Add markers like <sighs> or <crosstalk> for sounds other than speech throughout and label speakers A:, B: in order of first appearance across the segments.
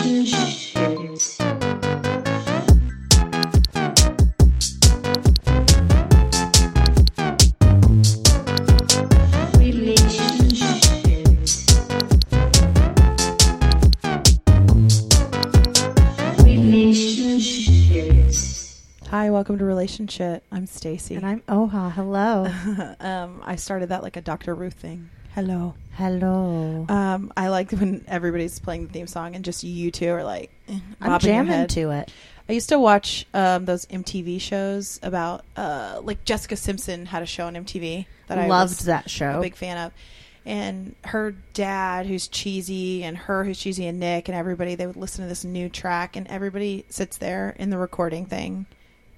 A: relationships. Relationships. Relationships.
B: Hi, welcome to Relationship. I'm Stacy. <laughs>
C: And I'm Oha. Hello.
B: um, I started that like a Dr. Ruth thing. Hello.
C: Hello.
B: Um, I like when everybody's playing the theme song and just you two are like eh,
C: I'm
B: bobbing your
C: jamming
B: head.
C: to it.
B: I used to watch um, those MTV shows about uh, like Jessica Simpson had a show on MTV that I
C: Loved
B: was
C: that show.
B: a big fan of. And her dad, who's cheesy, and her, who's cheesy, and Nick, and everybody, they would listen to this new track, and everybody sits there in the recording thing.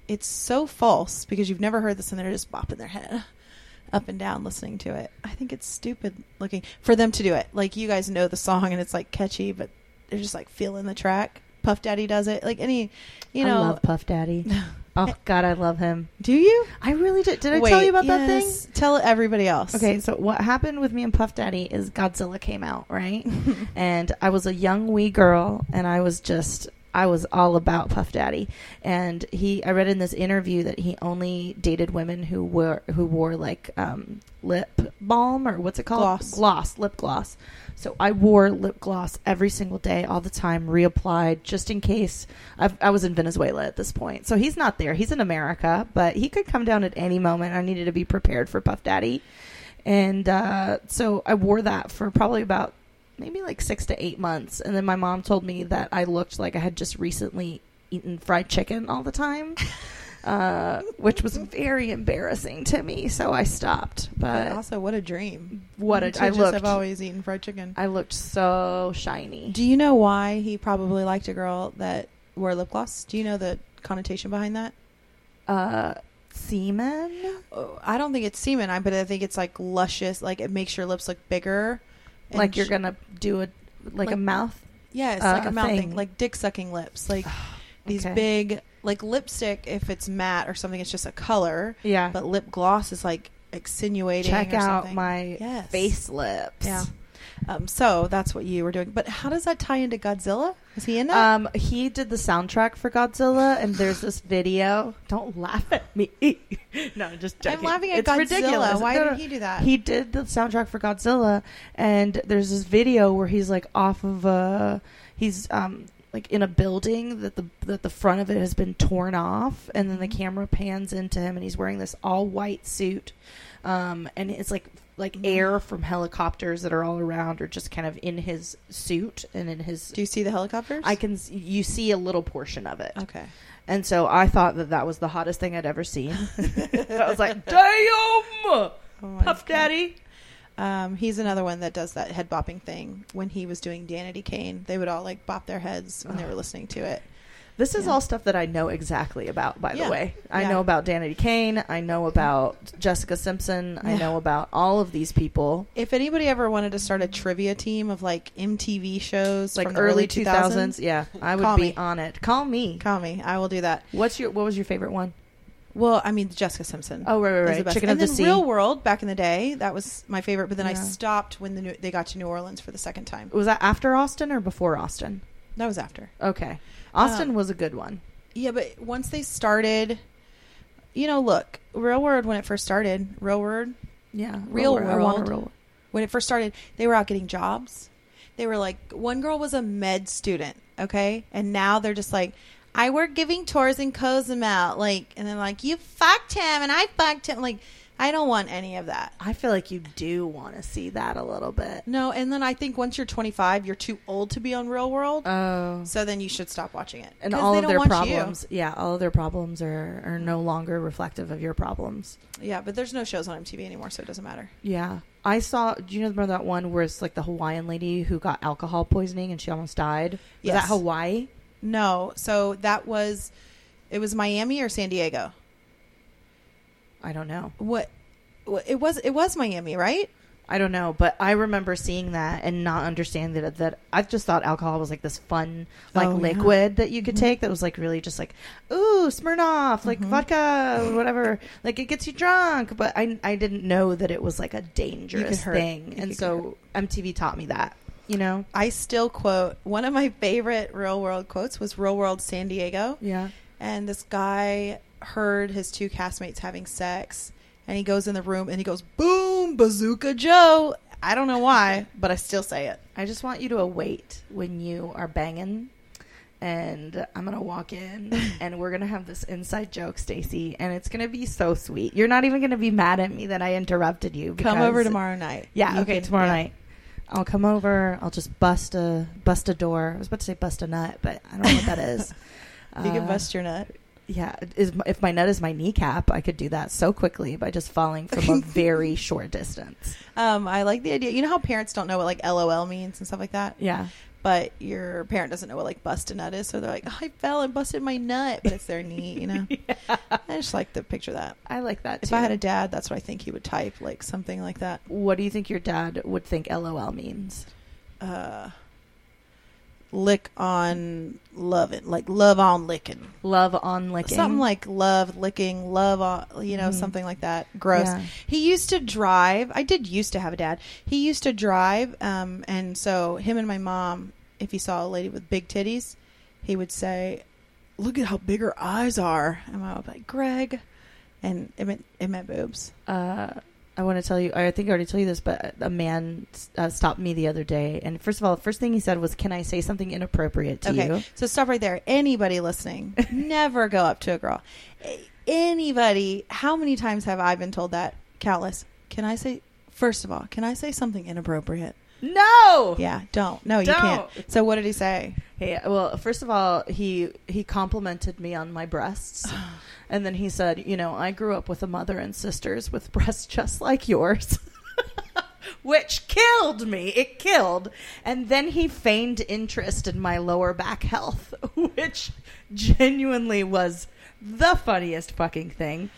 B: It's so false because you've never heard this, and they're just bopping their head <laughs> up and down listening to it. I think it's stupid looking for them to do it. Like, you guys know the song, and it's like catchy, but they're just like feeling the track. Puff Daddy does it. Like, any, you know.
C: I love
B: <laughs>
C: Puff Daddy. oh God, I love him.
B: Do you?
C: I really did. Did I tell you about that thing?
B: thing? Tell everybody else.
C: Okay, so what happened with me and Puff Daddy is Godzilla came out, right? <laughs> and I was a young wee girl, and I was just I was all about Puff Daddy. And he, I read in this interview that he only dated women who were who wore like um, lip balm or what's it called?
B: Gloss.
C: gloss, lip gloss. So I wore lip gloss every single day, all the time, reapplied just in case. I've, I was in Venezuela at this point, so he's not there. He's in America, but he could come down at any moment. I needed to be prepared for Puff Daddy. And uh, so I wore that for probably about maybe like six to eight months. And then my mom told me that I looked like I had just recently eaten fried chicken all
B: <laughs>
C: the time. Uh, which was very embarrassing to me, so I stopped.
B: <laughs> But
C: But
B: also, what a dream.
C: uh, What a-
B: You two
C: I
B: just
C: looked-
B: have always eaten fried chicken.
C: I looked so shiny.
B: Do you know why he probably liked a girl that wore lip gloss? Do you know the connotation behind that?
C: uh, semen?
B: Oh, I don't think it's semen, I but I think it's like luscious. Like it makes your lips look bigger. and
C: Like you're
B: sh-
C: gonna do a like,
B: Like-
C: a mouth?
B: Yeah, it's
C: uh,
B: like a
C: a
B: mouth thing.
C: thing.
B: like dick sucking lips,
C: <sighs>
B: like these
C: Okay.
B: big, like lipstick. If it's matte or something, it's just a color.
C: Yeah.
B: but lip gloss is like extenuating.
C: Check
B: or
C: out
B: something.
C: my
B: Yes.
C: face lips.
B: Yeah. Um, so that's what you were doing. But how does that tie into Godzilla? Is he in that?
C: Um, he did the soundtrack for Godzilla, and there's this video. Don't laugh at me. <laughs> no, I'm just joking.
B: I'm laughing at
C: it's
B: Godzilla.
C: Ridiculous.
B: Why
C: No,
B: did
C: no.
B: he do that?
C: He did the soundtrack for Godzilla, and there's this video where he's like off of a he's um like in a building that the that the front of it has been torn off, and then the
B: Mm-hmm.
C: camera pans into him, and he's wearing this all white suit, um, and it's like like
B: Mm-hmm.
C: air from helicopters that are all around or just kind of in his suit and in his
B: do you see the helicopters?
C: I can s- you see a little portion of it.
B: Okay.
C: And so I thought that that was the hottest thing I'd ever
B: <laughs>
C: seen. I was like, "Damn,
B: Oh my
C: Puff
B: God.
C: Daddy."
B: Um, he's another one that does that head bopping thing. When he was doing Danity Kane, they would all like bop their heads when they were listening to it.
C: This is
B: Yeah.
C: all stuff that I know exactly about, by
B: Yeah.
C: the way. I
B: Yeah.
C: know about Danity Kane, I know about Jessica Simpson, I
B: Yeah.
C: know about all of these people.
B: If anybody ever wanted to start a trivia team of like MTV shows,
C: Like
B: from the
C: early
B: 2000s,
C: 2000s, yeah. I
B: Call
C: would
B: me.
C: be on it. Call me.
B: call me. I will do that.
C: What's your what was your favorite one?
B: Well, I mean Jessica Simpson.
C: Oh, right, right,
B: is
C: right.
B: the best.
C: Chicken
B: and
C: of the
B: then
C: Sea.
B: Real World back in the day, that was my favorite. But then I
C: Yeah.
B: stopped when the new, they got to New Orleans for the second time.
C: Was that after Austin or before Austin?
B: That was after.
C: Okay. Austin
B: Um,
C: was a good one.
B: Yeah, but once they started, you know, look, Real World when it first started, Real World
C: Yeah.
B: Real
C: I want a
B: World. when it first started, they were out getting jobs. They were like, one girl was a med student, okay, and now they're just like, I work giving tours in Cozumel, like, and then like, you fucked him and I fucked him, like, I don't want any of that.
C: I feel like you do want to see that a little bit.
B: No, and then I think once you're 25, you're too old to be on Real World,
C: Oh.
B: so then you should stop watching it.
C: And
B: 'Cause
C: all
B: they
C: of
B: don't
C: their
B: want you.
C: problems, yeah, all of their problems are, are no longer reflective of your problems.
B: Yeah, but there's no shows on MTV anymore, so it doesn't matter.
C: Yeah. I saw, do you remember that one where it's like the Hawaiian lady who got alcohol poisoning and she almost died? Was
B: Yes.
C: that Hawaii?
B: No, so that was, it was Miami or San Diego.
C: I don't know.
B: What? what- It was it was Miami, right?
C: I don't know, but I remember seeing that and not understanding that, that I just thought alcohol was like this fun, like
B: Oh, yeah.
C: liquid that you could take that was like really just like, ooh, Smirnoff,
B: Mm-hmm.
C: like vodka, whatever. Like it gets you drunk, but I, I didn't know that it was like a dangerous
B: hurt.
C: thing.
B: You
C: and
B: could
C: so MTV taught me that. you know?
B: I still quote one of my favorite real world quotes was Real World San Diego.
C: Yeah.
B: And this guy heard his two castmates having sex and he goes in the room and he goes, Boom, Bazooka Joe. I don't know why, but I still say it.
C: I just want you to await when you are banging, and I'm gonna
B: <laughs>
C: walk in, and we're gonna have this inside joke, Stacy, and it's gonna be so sweet. You're not even gonna be mad at me that I interrupted you.
B: Come over
C: because-
B: tomorrow night.
C: Yeah.
B: You
C: okay.
B: can-
C: tomorrow
B: yeah.
C: night, I'll come over. I'll just bust a bust a door. I was about to say bust a nut, but I don't
B: <laughs>
C: know what that is. <laughs>
B: You
C: Uh,
B: can bust your nut.
C: Yeah, is if my nut is my kneecap, I could do that so quickly by just falling
B: <laughs>
C: from a very short distance.
B: Um, I like the idea. You know how parents don't know what like LOL means and stuff like that?
C: <laughs> Yeah.
B: But your parent doesn't know what like bust a nut is, so they're like, oh, I fell and busted my nut, but it's their knee, you
C: <laughs>
B: know? I just like to picture that.
C: I like that.
B: If
C: too.
B: I had a dad, that's what I think he would type, like something like that.
C: what do you think your dad would think LOL means?
B: Uh, lick on loving, like love on licking,
C: Love on licking.
B: something like love licking, love on, you know,
C: Mhm.
B: something like that. Gross.
C: Yeah.
B: He used to drive. I did used to have a dad. He used to drive, um, and so him and my mom, if he saw a lady with big titties, he would say, "Look at how big her eyes are," and I would be like, "Greg," and it meant it meant boobs.
C: uh, I want to tell you. I think I already told you this, but a man uh, stopped me the other day, and first of all, the first thing he said was, "Can I say something inappropriate to
B: okay,
C: you?"
B: so stop right there. Anybody
C: <laughs>
B: listening, never go up to a girl. A- Anybody, how many times have I been told that? Countless. Can I say, first of all, can I say something inappropriate?
C: No.
B: Yeah, don't. No, you can't.
C: Don't.
B: So what did he say?
C: Hey, well, first of all, he he complimented me on my breasts. And then he said, "You know, I grew up with a mother and sisters with <laughs> breasts just like yours." <laughs> Which killed me. It killed. And then he feigned interest in my lower back health, <laughs> which genuinely was the funniest fucking thing.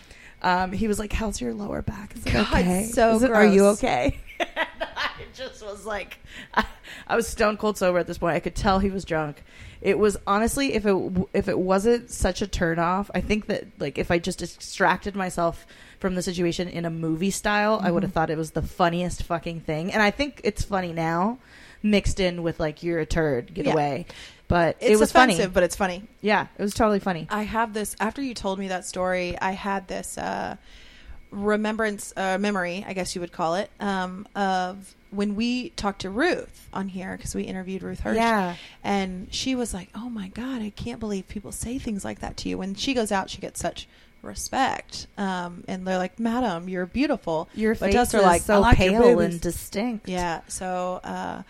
C: Um, he was like, "How's your lower back? Is it
B: God,
C: okay?
B: so
C: Is it- Are you
B: gross.
C: okay?" <laughs> And I just was like, <laughs> I, I was stone cold sober at this point. I could tell he was drunk. It was honestly, if it w- if it wasn't such a turn off, I think that like if I just distracted myself from the situation in a movie style, I would
B: Mm-hmm.
C: have thought it was the funniest fucking thing. And I think it's funny now, mixed in with like you're a turd, get
B: Yeah.
C: away. But
B: It's
C: it was
B: offensive,
C: funny.
B: but it's funny.
C: Yeah, it was totally funny.
B: I have this after you told me that story. I had this uh, remembrance, uh, memory, I guess you would call it, um, of when we talked to Ruth on here because we interviewed Ruth Hirsch.
C: Yeah.
B: and she was like, "Oh my god, I can't believe people say things like that to you." When she goes out, she gets such respect, um, and they're like, "Madam, you're beautiful."
C: Your
B: But
C: face
B: to us, they're
C: is
B: like, "I
C: so
B: like your
C: pale
B: boobies."
C: and distinct.
B: Yeah. So uh,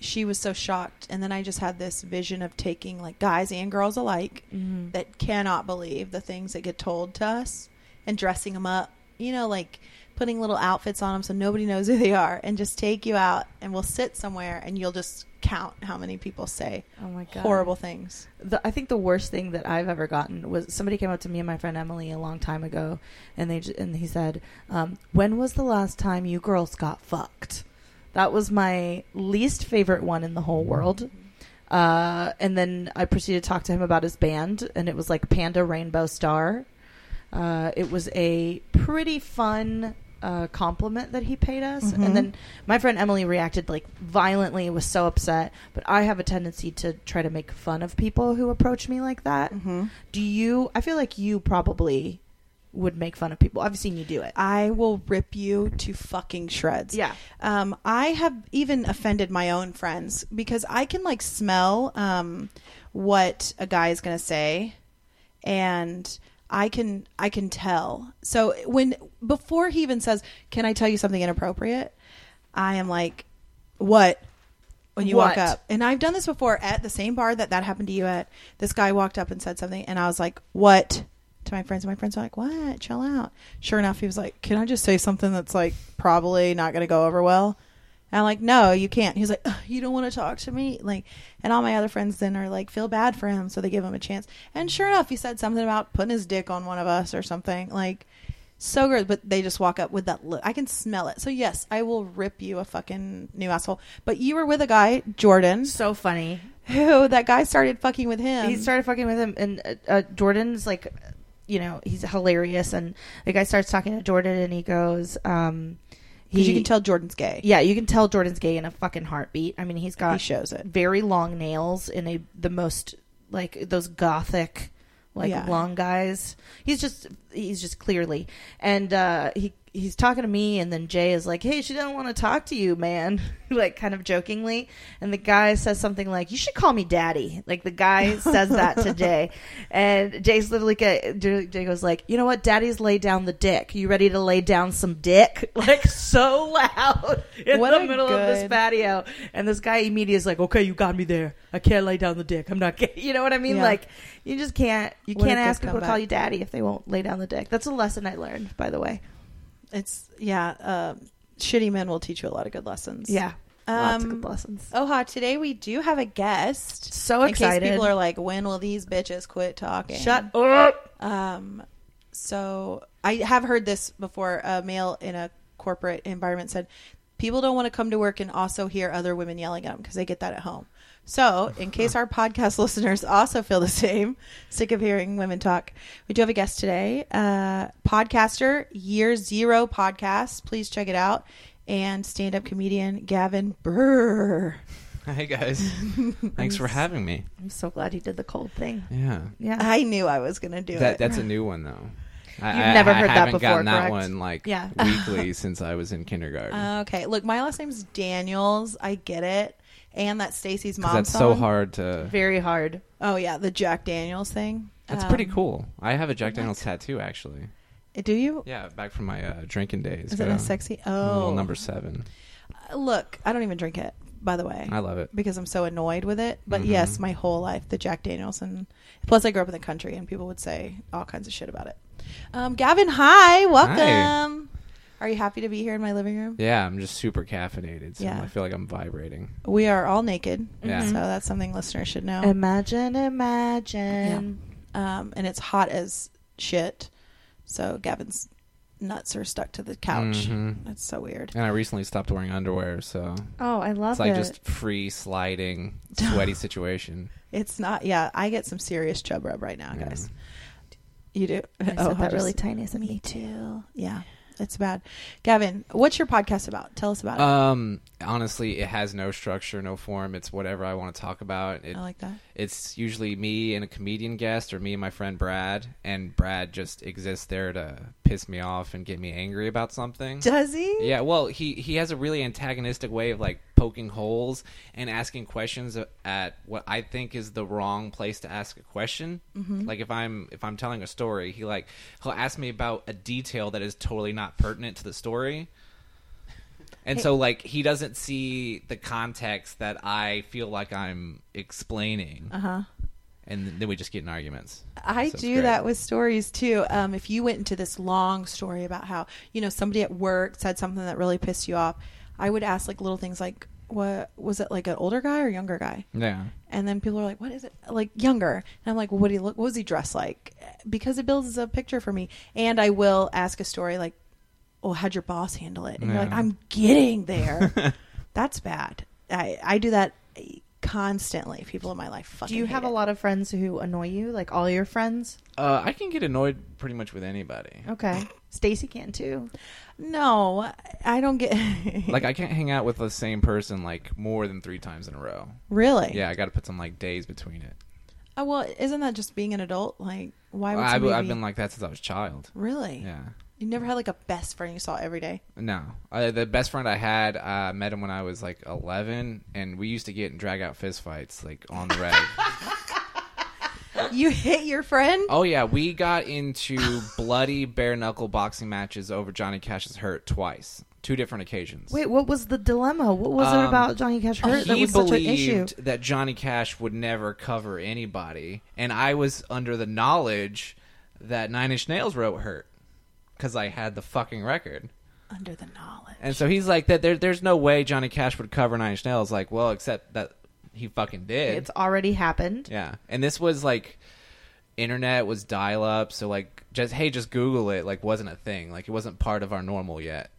B: she was so shocked, and then I just had this vision of taking like guys and girls alike
C: Mhm.
B: that cannot believe the things that get told to us, and dressing them up. You know, like putting little outfits on them so nobody knows who they are, and just take you out, and we'll sit somewhere, and you'll just count how many people say
C: Oh my god.
B: horrible things.
C: the, I think the worst thing that I've ever gotten was somebody came up to me and my friend Emily a long time ago, and they j- and he said, um, "When was the last time you girls got fucked?" That was my least favorite one in the whole world. Uh, and then I proceeded to talk to him about his band, and it was like Panda Rainbow Star. Uh, it was a pretty fun uh, compliment that he paid us,
B: Mhm.
C: and then my friend Emily reacted like violently, was so upset. But I have a tendency to try to make fun of people who approach me like that.
B: Mm-hmm.
C: Do you? I feel like you probably would make fun of people. I've seen you do it.
B: I will rip you to fucking shreds.
C: Yeah.
B: Um, I have even offended my own friends because I can like smell um, what a guy is going to say, and I can I can tell. So when before he even says, "Can I tell you something inappropriate?" I am like, "What?" When you walk
C: What?
B: up, and I've done this before at the same bar that that happened to you at. This guy walked up and said something, and I was like, "What?" To my friends, and my friends were like, "What? Chill out." Sure enough, he was like, "Can I just say something that's like probably not going to go over well?" And I'm like, "No, you can't." He's like, "Ugh, "You don't want to talk to me?" Like, and all my other friends then are like, feel bad for him, so they give him a chance. And sure enough, he said something about putting his dick on one of us or something like. So gross, but they just walk up with that look. I can smell it. So yes, I will rip you a fucking new asshole. But you were with a guy, Jordan,
C: So funny.
B: who that guy started fucking with him.
C: he started fucking with him, and uh, uh, Jordan's like, you know, he's hilarious, and the guy starts talking to Jordan, and he goes, um,
B: because
C: He-
B: you can tell Jordan's gay.
C: Yeah, you can tell Jordan's gay in a fucking heartbeat. I mean, he's got
B: he shows it.
C: very long nails in a the most like those gothic like
B: Yeah.
C: long guys. He's just he's just clearly and uh he he's talking to me and then Jay is like, "Hey, she doesn't want to talk to you, man." <laughs> like kind of jokingly. And the guy says something like, "You should call me daddy." Like
B: <laughs>
C: the guy says that to Jay. And Jay's literally ga- Jay goes like, "You know what? Daddy's lay down the dick. You ready to lay down some dick?" <laughs> Like so loud in
B: What
C: the
B: a
C: middle of this
B: good-
C: patio. And this guy immediately is like, "Okay, you got me there. I can't lay down the dick. I'm not gay." <laughs> You know what I mean?
B: Yeah.
C: Like you just can't you
B: What a
C: can't
B: good
C: ask people to call
B: comeback.
C: you daddy if they won't lay down the dick. That's a lesson I learned, by the way.
B: It's yeah. Uh, shitty men will teach you a lot of good lessons.
C: Yeah. Lots of
B: Um,
C: good lessons.
B: Oh, ha, today we do have a guest.
C: So
B: In
C: Oh, excited.
B: case people are like, when will these bitches quit talking?
C: Shut up.
B: Um, so I have heard this before. A male in a corporate environment said, "People don't want to come to work and also hear other women yelling at them because they get that at home." So,
C: <laughs>
B: in case our podcast <laughs> listeners also feel the same, sick of hearing women talk, we do have a guest today, uh, podcaster, year zero podcast. Please check it out. And stand up comedian Gavin Burr.
D: <laughs> Hey guys, thanks for having me.
C: I'm so glad you did the cold thing.
D: Yeah,
C: Yeah.
B: I knew I was going to do
D: that,
B: it.
D: that's a new one though. I,
C: You've
D: I-
C: never
D: I
C: heard that
D: haven't
C: before,
D: Gotten
C: correct?
D: that one like
C: Yeah.
D: <laughs> weekly since I was in kindergarten.
B: Uh, Okay, look, my last name's Daniels. I get it, and that's Stacy's
D: 'Cause
B: mom.
D: that's so
B: song.
D: hard to.
C: Very hard.
B: Oh yeah, the Jack Daniels thing.
D: That's
B: Um, eh,
D: pretty cool. I have a Jack Daniels tattoo actually.
B: Do you?
D: Yeah, back from my uh, drinking days.
B: Is it
D: Got
B: a sexy?
D: a little
B: Oh,
D: number seven.
B: Uh, Look, I don't even drink it, by the way,
D: I love it.
B: because I'm so annoyed with it. But
D: Mhm.
B: yes, my whole life, the Jack Daniels, and plus I grew up in the country, and people would say all kinds of shit about it. Um, Gavin, hi, welcome. Are you happy to be here in my living room?
D: Yeah, I'm just super caffeinated, so
B: Yeah.
D: I feel like I'm vibrating.
B: We are all naked,
D: Yeah.
B: so that's something listeners should know.
C: Oh. Imagine, imagine.
B: um, and it's hot as shit. So Gavin's nuts are stuck to the couch.
D: Mhm.
B: That's so weird.
D: And I recently stopped wearing underwear, so
C: Oh, I love
D: it's like
C: it.
D: just free sliding, sweaty situation.
B: It's not. Yeah, I get some serious chub rub right now,
D: Yeah.
B: guys. You do. <laughs>
C: I
B: Oh,
C: said
B: I
C: that
B: just-
C: really tiny. I said, me
B: too. Yeah, it's bad. Gavin, what's your podcast about? Tell us about it.
D: Um, honestly, it has no structure, no form. It's whatever I want to talk about. It,
B: I like that.
D: it's usually me and a comedian guest, or me and my friend Brad, and Brad just exists there to piss me off and get me angry about something.
B: Does he?
D: Yeah, well, he he has a really antagonistic way of like poking holes and asking questions at what I think is the wrong place to ask a question.
B: Mm-hmm.
D: Like if I'm if I'm telling a story, he like he'll ask me about a detail that is totally not pertinent to the story. And so like he doesn't see the context that I feel like I'm explaining.
B: Uh huh.
D: And then we just get in arguments.
B: I
D: So it's
B: do
D: great.
B: that with stories too. Um, if you went into this long story about how you know somebody at work said something that really pissed you off, I would ask like little things like, "What was it? Like an older guy or younger guy?"
D: Yeah.
B: And then people are like, "What is it? Like younger?" And I'm like, "What do you look? What was he dressed like?" Because it builds a picture for me. And I will ask a story like, "Oh, how'd your boss handle it?" And you're like,
D: Yeah.
B: "I'm getting there." <laughs> That's bad. I I do that constantly. People in my life fucking.
C: Do you
B: hate
C: have
B: it.
C: a lot of friends who annoy you? Like all your friends?
D: Uh, I can get annoyed pretty much with anybody.
C: Okay. Stacy can too.
B: No, I don't get.
D: <laughs> like I can't hang out with the same person like more than three times in a row.
B: <laughs> Really?
D: Yeah, I got to put some like days between it.
B: Oh, well, isn't that just being an adult? Like, why would
D: I,
B: somebody
D: have
B: be-
D: been like that since I was a child.
B: Really?
D: Yeah.
B: You never had like a best friend you saw every day. <laughs>
D: No, uh, the best friend I had, uh, met him when I was like 11, and we used to get in drag out fist fights like on the <laughs> reg.
B: You hit your friend?
D: oh yeah, we got into bloody bare knuckle boxing matches over Johnny Cash's hurt twice, two different occasions.
C: Wait, what was the dilemma? What was it
D: Um,
C: about Johnny Cash Hurt that
D: he
C: was such an issue?
D: believed that Johnny Cash would never cover anybody, and I was under the knowledge that Nine Inch Nails wrote "Hurt" because I had the fucking record.
B: Under the knowledge.
D: And so he's like, "That there, there's no way Johnny Cash would cover Nine Inch Nails." Like, well, except that he fucking did.
C: It's already happened.
D: yeah, and this was like, internet was dial up, so like, just hey, just Google it. Like, wasn't a thing. Like, it wasn't part of our normal yet.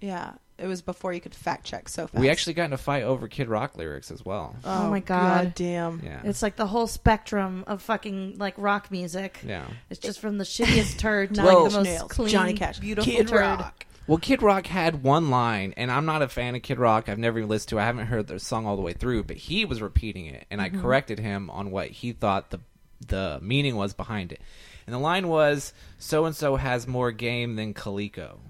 B: Yeah. It was before you could fact check so fast.
D: We actually got in a fight over Kid Rock lyrics as well.
C: Oh my God.
B: damn.
D: Yeah,
C: It's like the whole spectrum of fucking like rock music.
D: yeah.
C: It's just from the shittiest turd to <laughs>
B: Nine
C: like
B: Inch
C: the most
B: Nails,
C: clean,
B: Johnny Cash,
C: beautiful
B: Kid
C: turd.
B: Rock.
D: Well, Kid Rock had one line, and I'm not a fan of Kid Rock. I've never even listened to. it. I haven't heard the song all the way through, but he was repeating it, and I corrected him on what he thought the the meaning was behind it. And the line was, "So and so has more game than Coleco,"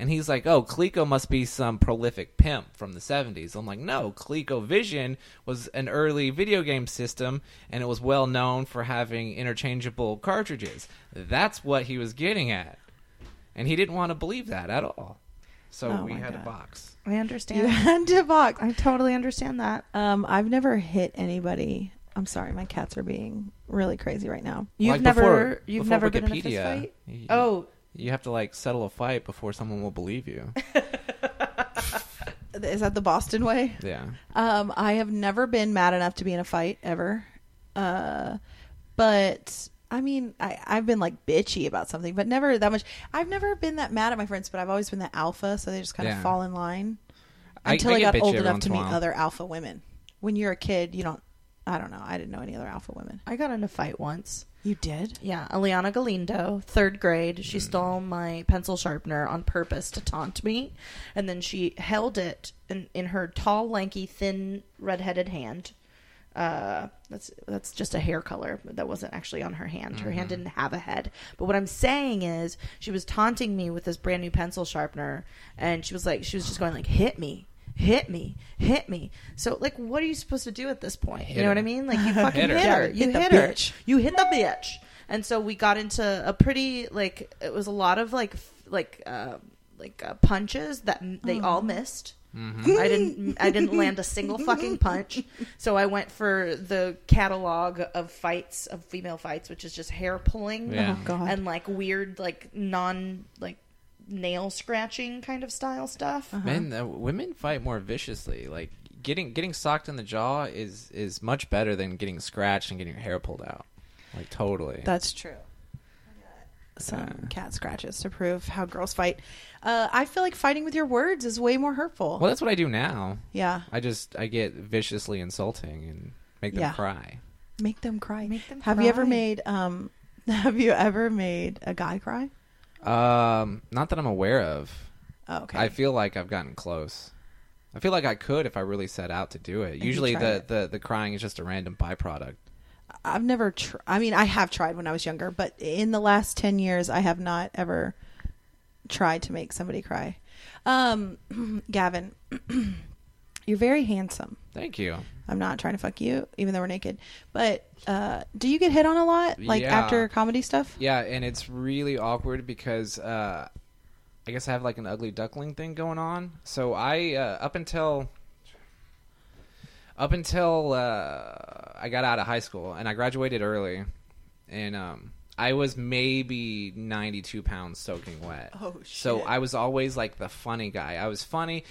D: and he's like, "Oh, Coleco must be some prolific pimp from the '70s." I'm like, "No, Coleco Vision was an early video game system, and it was well known for having interchangeable cartridges. That's what he was getting at." and he didn't want to believe that at all. So
B: Oh
D: we
B: my
D: had
B: God.
D: a box.
C: I
B: You <laughs>
C: understand.
B: had to box.
C: I totally understand that.
B: Um, I've never hit anybody. I'm sorry, my cats are being really crazy right now.
C: You've
D: Like
C: never,
D: before-
C: you've
D: before
C: never been in a fist
D: Wikipedia,
C: fight.
D: you-
C: Oh,
D: You have to like settle a fight before someone will believe you.
B: <laughs> Is that the Boston way?
D: Yeah.
B: Um, I have never been mad enough to be in a fight ever. Uh, but I mean, I, I've been like bitchy about something, but never that much. I've never been that mad at my friends, but I've always been the alpha, so they just kind of
D: Yeah.
B: fall in line
D: I-
B: until
D: I
B: I,
D: get
B: got
D: bitchy
B: old
D: every
B: enough
D: once
B: to
D: in a
B: meet
D: while.
B: other alpha women. When you're a kid, you don't. I don't know. I didn't know any other alpha women.
C: I got in a fight once.
B: You did?
C: Yeah, Eliana Galindo, third grade. She stole my pencil sharpener on purpose to taunt me, and then she held it in, in her tall, lanky, thin, redheaded hand. Uh, that's that's just a hair color that wasn't actually on her hand. Her hand didn't have a head. But what I'm saying is, she was taunting me with this brand new pencil sharpener, and she was like, she was just going like, "Hit me." Hit me, hit me. So, like, what are you supposed to do at this point? you
D: Hit
C: know what
D: her.
C: I mean? Like, you fucking hit
D: Hit
C: her.
D: her.
C: You
B: Hit the
C: hit,
B: bitch.
C: her you hit the bitch and so we got into a pretty like it was a lot of like f- like uh, like uh, punches that m- they all missed i didn't i didn't land a single <laughs> fucking punch so i went for the catalog of fights of female fights which is just hair pulling
D: Yeah.
B: Oh God.
C: and like weird like non like nail scratching kind of style stuff
B: Uh-huh.
D: Men, uh, women fight more viciously. Like getting getting socked in the jaw is is much better than getting scratched and getting your hair pulled out. Like totally.
B: That's true. Some cat scratches to prove how girls fight. Uh, I feel like fighting with your words is way more hurtful.
D: well, that's what I do now.
B: Yeah,
D: I just I get viciously insulting and make them
B: Yeah.
D: cry.
B: make them cry.
C: Make them
B: Have you ever
C: cry.
B: made um? <laughs> Have you ever made a guy cry?
D: Um, not that I'm aware of.
B: Oh, okay.
D: I feel like I've gotten close. I feel like I could if I really set out to do it.
B: you
D: Usually
B: tried
D: the,
B: it.
D: the, the crying is just a random byproduct.
B: I've never. Tr- I mean, I have tried when I was younger, but in the last ten years, I have not ever tried to make somebody cry. Um, <clears throat> Gavin, you're very handsome.
D: Thank you.
B: I'm not trying to fuck you, even though we're naked. But uh, do you get hit on a lot, like
D: Yeah.
B: after comedy stuff?
D: Yeah, and it's really awkward because uh, I guess I have like an ugly duckling thing going on. So I uh, up until up until uh, I got out of high school and I graduated early, and um, I was maybe ninety two pounds soaking wet.
B: Oh,
D: So
B: shit.
D: I was always like the funny guy. I was funny.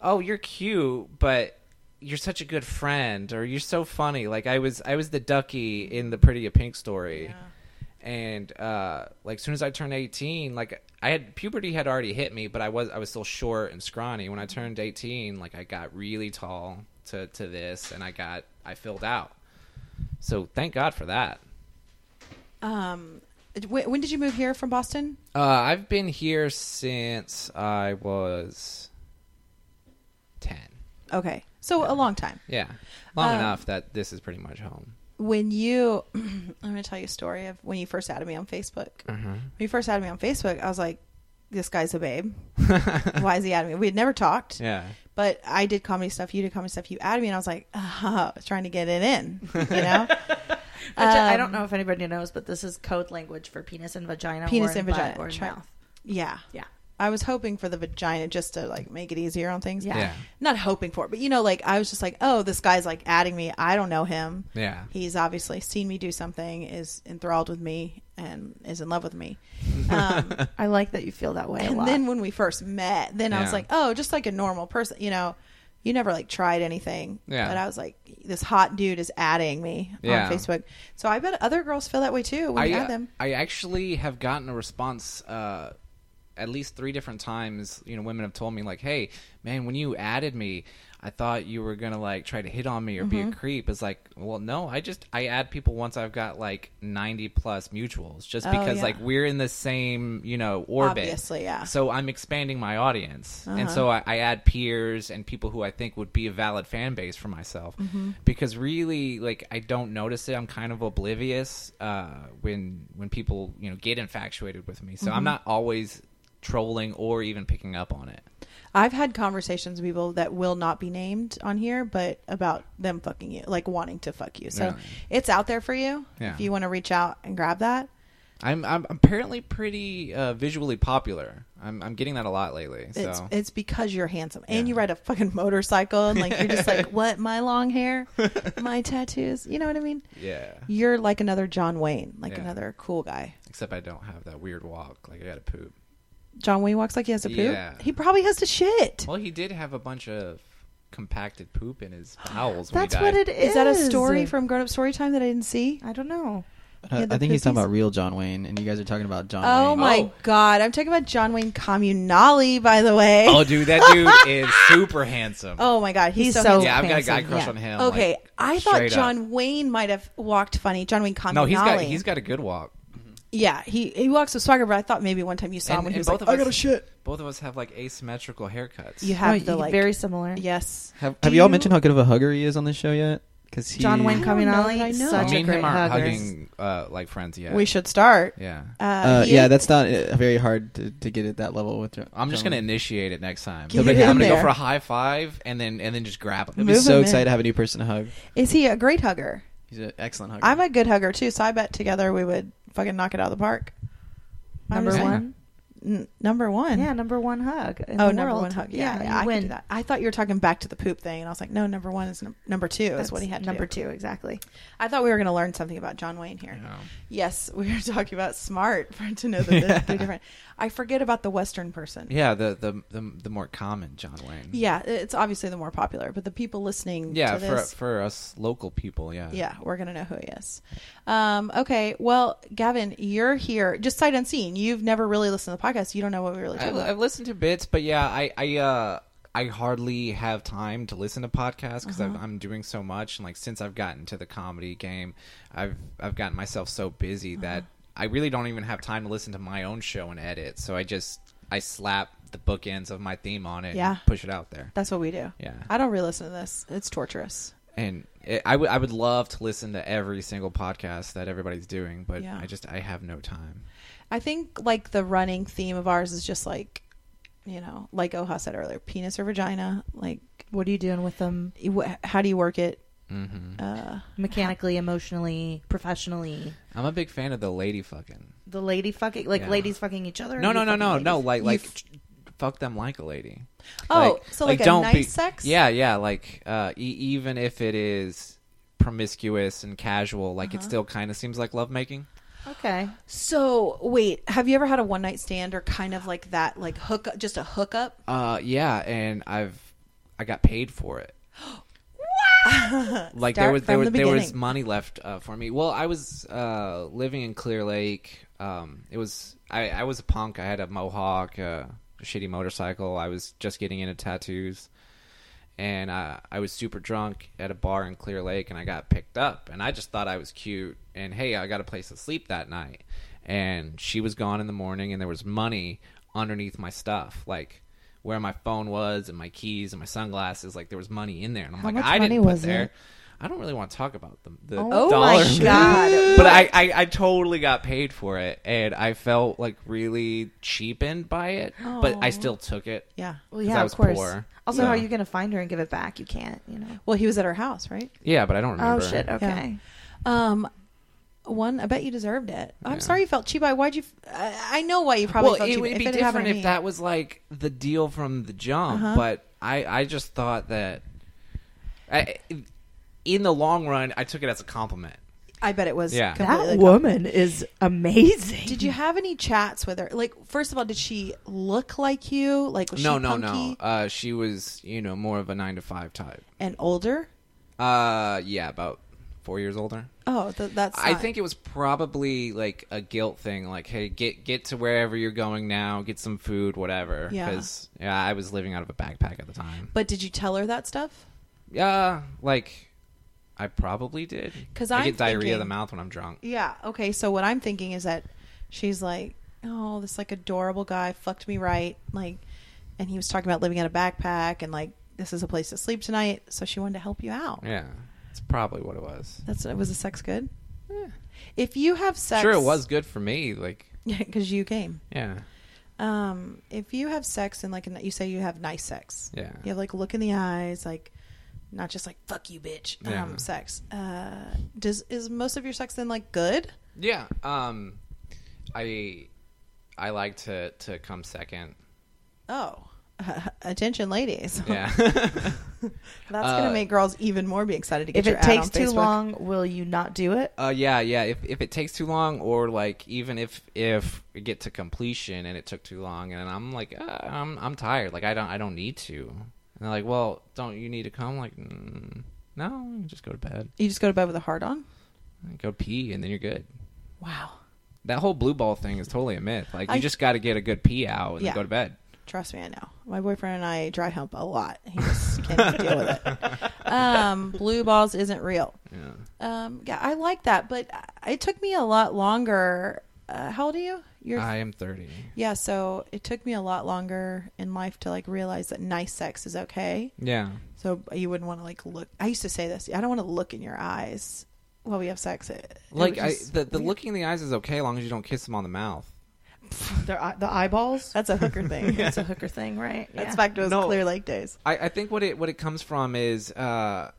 D: Oh, you're cute, but you're such a good friend, or you're so funny. Like I was, I was the ducky in the Pretty a Pink story and uh, like soon as I turned eighteen, like I had puberty had already hit me, but I was I was still short and scrawny. When I turned eighteen, like I got really tall to to this, and I got I filled out. So thank God for that.
B: Um, when, when did you move here from Boston?
D: Uh, I've been here since I was ten.
B: Okay, so a long time.
D: Yeah, long
B: Um,
D: enough that this is pretty much home.
B: When you, <clears throat> I'm going to tell you a story of when you first added me on Facebook.
C: Mm-hmm.
B: When you first added me on Facebook, I was like, "This guy's a
C: <laughs>
B: babe. Why is he adding me?" We had never talked.
D: Yeah.
B: But I did comedy stuff. You did comedy stuff. You added me, and I was like, "Ah, I was trying to get it in," you know.
C: <laughs> Which I I don't
B: Um,
C: know if anybody knows, but this is code language for penis and vagina,
B: Penis
C: or
B: and
C: in butt
B: vagina.
C: or in
B: Try-
C: mouth.
B: Yeah.
C: Yeah,
B: I was hoping for the vagina just to like make it easier on things.
C: Yeah.
D: Yeah.
B: Not hoping for it, but you know, like I was just like, oh, this guy's like adding me. I don't know him.
D: Yeah.
B: He's obviously seen me do something, is enthralled with me, and is in love with
D: <laughs>
B: me. Um,
C: I like that you feel that way. a
B: and
C: lot.
B: then when we first met, then I was
D: Yeah.
B: like, oh, just like a normal person, you know. You never like tried anything,
D: Yeah.
B: but I was like, this hot dude is adding me
D: Yeah.
B: on Facebook. So I bet other girls feel that way too when you add them.
D: I uh, actually have gotten a response uh, at least three different times. You know, women have told me like, "Hey, man, when you added me, I thought you were gonna like try to hit on me or be a
B: Mm-hmm.
D: creep. It's like, well, no, I just I add people once I've got like ninety plus mutuals, just
B: Oh,
D: because
B: yeah.
D: like we're in the same you know orbit.
B: Obviously, yeah. Uh-huh.
D: So I'm expanding my audience, and so I, I add peers and people who I think would be a valid fan base for myself.
B: Mm-hmm.
D: Because really, like I don't notice it. I'm kind of oblivious uh, when when people you know get infatuated with me. So
B: Mm-hmm.
D: I'm not always trolling or even picking up on it.
B: I've had conversations with people that will not be named on here, but about them fucking you, like wanting to fuck you. So
D: Yeah.
B: it's out there for you
D: Yeah.
B: if you want to reach out and grab that.
D: I'm I'm apparently pretty uh, visually popular. I'm I'm getting that a lot lately. So
B: It's it's because you're handsome and
D: Yeah.
B: you ride a fucking motorcycle and like you're just like
D: <laughs>
B: what my long hair, my tattoos. You know what I mean?
D: yeah.
B: You're like another John Wayne, like
D: Yeah.
B: another cool guy.
D: Except I don't have that weird walk. Like I got to poop.
B: John Wayne walks like he has to poop.
D: Yeah.
B: He probably has to shit.
D: <laughs> Well, he did have a bunch of compacted poop in his bowels. When
C: That's
D: he died.
C: what it is.
B: Is that a story from Grown Up Story Time that I didn't see?
C: I don't know.
B: Yeah,
E: I
B: the
E: think he's talking
B: poopies.
E: about real John Wayne, and you guys are talking about John
B: Oh
E: Wayne.
B: my
D: Oh.
B: god! I'm talking about John Wayne Communale, by the way.
D: Oh, dude, that dude is super handsome.
B: <laughs> Oh my god, he's,
C: He's
B: so,
C: so-
B: handsome.
D: yeah, I've got a guy
C: handsome,
D: crush
C: yeah.
D: on him. like,
B: Okay, I thought
D: straight up.
B: John Wayne might have walked funny. John Wayne Communale.
D: No, he's got he's got a good walk.
B: yeah, he he walks with swagger, but I thought maybe one time you saw him
D: And-
B: when he
D: and
B: was
D: both
B: like, "Oh,
D: of
B: "I got
D: us-
B: a shit."
D: Both of us have like asymmetrical haircuts.
B: You have
C: No,
B: the
C: you-
B: like
C: very similar.
B: yes.
E: Have,
C: Do
E: have y'all
C: you-
E: mentioned how good of a hugger he is on this show yet? Because he
C: John Wayne
B: I don't know that I
C: Communale,
B: know.
C: such
D: Me
C: a
D: and
C: great
D: him aren't
C: hugger.
D: hugging uh, like friends yet.
B: We should start.
D: Yeah.
B: Uh,
E: Uh,
B: he
E: yeah,
B: is-
E: that's not uh, very hard to, to get at that level with. Jo-
D: I'm just
E: John
D: gonna
E: Wayne.
D: initiate it next time.
B: Get
D: I'm
B: it in
D: gonna go
B: there.
D: for a high five and then and then just grab him.
E: I'd be
B: move
E: so
B: him in.
E: excited to have a new person to hug.
B: Is he a great hugger?
E: He's an excellent hugger.
B: I'm a good hugger too, so I bet together we would fucking knock it out of the park. I
C: Number
B: was-
D: Yeah.
C: one.
B: N- number one.
C: Yeah, number one hug. in
B: oh,
C: the
B: number
C: world.
B: one hug. Yeah,
C: you
B: yeah, I
C: win.
B: can do that. I thought you were talking back to the poop thing, and I was like, no, number one is num- number two
C: That's
B: is what he had. to
C: Number
B: do.
C: two, exactly.
B: I thought we were going to learn something about John Wayne here.
D: Yeah.
B: Yes, <laughs> we were talking about smart <laughs> for, to know
D: <laughs>
B: that they're, they're different. I forget about the Western person.
D: Yeah, the, the the the more common John Wayne.
B: Yeah, it's obviously the more popular, but the people listening
D: Yeah,
B: to
D: for
B: this,
D: for uh, us local people, yeah.
B: yeah, we're going to know who he is. Um, okay, well, Gavin, you're here just sight unseen. You've never really listened to the podcast. You don't know what we really talk
D: I've,
B: about.
D: I've listened to bits, but yeah, I I uh, I hardly have time to listen to podcasts because
B: Uh-huh.
D: I'm doing so much, and like since I've gotten to the comedy game, I've I've gotten myself so busy
B: Uh-huh.
D: that I really don't even have time to listen to my own show and edit. So I just I slap the bookends of my theme on it,
B: Yeah.
D: and push it out there,
B: That's what we do.
D: Yeah.
B: I don't really listen to this. It's torturous.
D: and it, I would I would love to listen to every single podcast that everybody's doing, but
B: Yeah.
D: I just I have no time.
B: I think like the running theme of ours is just like, you know, like Oha said earlier, penis or vagina. Like,
C: What are you doing with them
B: you- wh- how do you work it?
D: Mm-hmm.
B: Uh,
C: mechanically, emotionally, professionally?
D: I'm a big fan of the lady fucking.
C: The lady fucking, like
D: Yeah.
C: ladies fucking each other? or
D: No,
C: you
D: no, no,
C: fucking
D: no,
C: ladies?
D: no. Like,
B: You
D: like,
B: f-
D: fuck them like a lady.
B: Oh, so like a nice sex?
D: Yeah, yeah. Like, uh, e- even if it is promiscuous and casual, like
B: Uh-huh.
D: it still kind of seems like lovemaking.
C: Okay.
B: So wait, have you ever had a one night stand or kind of like that, like hook, just a hookup?
D: Uh, yeah, and I've I got paid for it. <laughs> like there
B: Start
D: was there
B: from
D: was
B: the
D: there was
B: beginning.
D: money left uh, for me. Well, I was uh, living in Clear Lake. Um, it was I, I was a punk. I had a mohawk, uh, a shitty motorcycle. I was just getting into tattoos, and uh, I was super drunk at a bar in Clear Lake, and I got picked up. And I just thought I was cute, and hey, I got a place to sleep that night. And she was gone in the morning, and there was money underneath my stuff, like where my phone was and my keys and my sunglasses. Like there was money in there, and I'm like,
C: much
D: I
C: money
D: didn't put
C: was
D: there.
C: it?
D: I don't really want to talk about them. The
C: Oh
D: dollar
C: my
D: amount.
C: God.
D: But I, I, I totally got paid for it, and I felt like really cheapened by it. But I still took it.
B: Yeah.
C: Well,
D: 'Cause
C: yeah,
D: I was
C: of course.
D: poor,
C: Also,
D: so-
C: how are you going to find her and give it back? You can't, you know.
B: Well, he was at her house, right?
D: Yeah, but I don't remember.
C: Oh, shit. Okay.
B: Um, one, I bet you deserved it. I'm sorry you felt cheap. by- Why'd you? f- I, I know why you probably
D: well,
B: felt
D: it
B: cheap.
D: would
B: If
D: be
B: had happened
D: different
B: to
D: if
B: me-
D: that was like the deal from the jump.
B: Uh-huh.
D: But I, I just thought that, I, in the long run, I took it as a compliment.
B: I bet it was.
D: Yeah. That
B: completely-
C: woman is amazing.
B: Did you have any chats with her? Like, first of all, did she look like you? Like, was
D: no,
B: she
D: no, no.
B: punky
D: Uh, she was, you know, more of a nine to five type.
B: and older?
D: Uh, yeah, about four years older.
B: Oh, th- that's.
D: I
B: not-
D: think it was probably like a guilt thing, like, hey, get get to wherever you're going now, get some food, whatever.
B: Yeah.
D: Because yeah, I was living out of a backpack at the time.
B: But did you tell her that stuff?
D: Yeah, like I probably did.
B: 'Cause
D: I
B: I'm
D: get diarrhea of the
B: thinking-
D: mouth when I'm drunk.
B: Yeah. Okay. So what I'm thinking is that she's like, oh, this like adorable guy fucked me right, like, and he was talking about living in a backpack and like this is a place to sleep tonight. So she wanted to help you out.
D: Yeah, it's probably what it was.
B: That's was the sex good? If you have sex,
D: Sure, it was good for me. Like,
B: <laughs> because you came.
D: yeah,
B: Um, if you have sex and like you say you have nice sex,
D: Yeah.
B: you have like look in the eyes, like not just like fuck you, bitch,
D: Yeah.
B: um, sex. Uh, does is most of your sex then like good?
D: yeah. Um, I I like to to come second.
B: Oh, <laughs> attention, ladies.
D: Yeah.
B: <laughs>
D: <laughs>
B: That's gonna
D: Uh,
B: make girls even more be excited to get
C: If
B: your
C: it
B: ad
C: takes
B: on
C: too
B: Facebook.
C: long, will you not do it?
D: Uh, yeah, yeah. If if it takes too long, or like even if if we get to completion and it took too long, and I'm like, uh, I'm I'm tired. Like I don't I don't need to. And they're like, well, don't you need to come? Like, mm, no, just go to bed,
B: you just go to bed with a heart on.
D: go pee, and then you're good.
B: Wow,
D: That whole blue ball thing is totally a myth. Like you
B: I-
D: just got to get a good pee out and
B: Yeah.
D: then go to bed.
B: trust me, I know. My boyfriend and I dry hump a lot. He just can't deal with it. Um, blue balls isn't real.
D: Yeah.
B: Um, yeah, I like that, but it took me a lot longer. Uh, how old are you? You're
D: I am thirty.
B: yeah. So it took me a lot longer in life to like realize that nice sex is okay.
D: Yeah.
B: So you wouldn't want to like look. I used to say this. I don't want to look in your eyes while we have sex. It- it
D: Like
B: was
D: I,
B: just
D: the the
B: weird.
D: looking in the eyes is okay, as long as you don't kiss them on the mouth.
C: Their eye- the eyeballs.
B: That's a hooker
D: <laughs>
B: thing.
C: That's
B: <laughs>
C: a hooker thing, right?
B: That's
C: Yeah.
B: back to his
D: No.
B: clear lake days.
D: I, I think what it what it comes from is uh,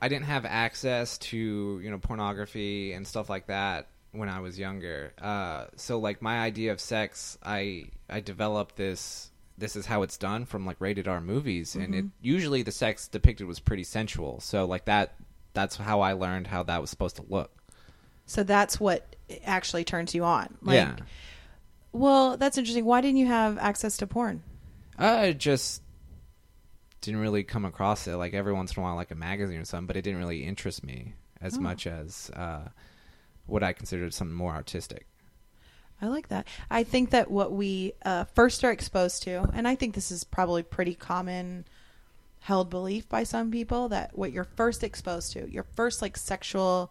D: I didn't have access to you know pornography and stuff like that when I was younger. Uh, so like my idea of sex, I I developed this. This is how it's done from like rated R movies, and it usually the sex depicted was pretty sensual. So like that, that's how I learned how that was supposed to look.
B: So that's what actually turns you on. Like,
D: yeah,
B: Well, that's interesting. Why didn't you have access to porn?
D: I just didn't really come across it. Like every once in a while, like a magazine or something, but it didn't really interest me
C: Oh.
D: as much as uh, what I considered something more artistic.
B: I like that. I think that what we uh, first are exposed to, and I think this is probably pretty common held belief by some people, that what you're first exposed to, your first like sexual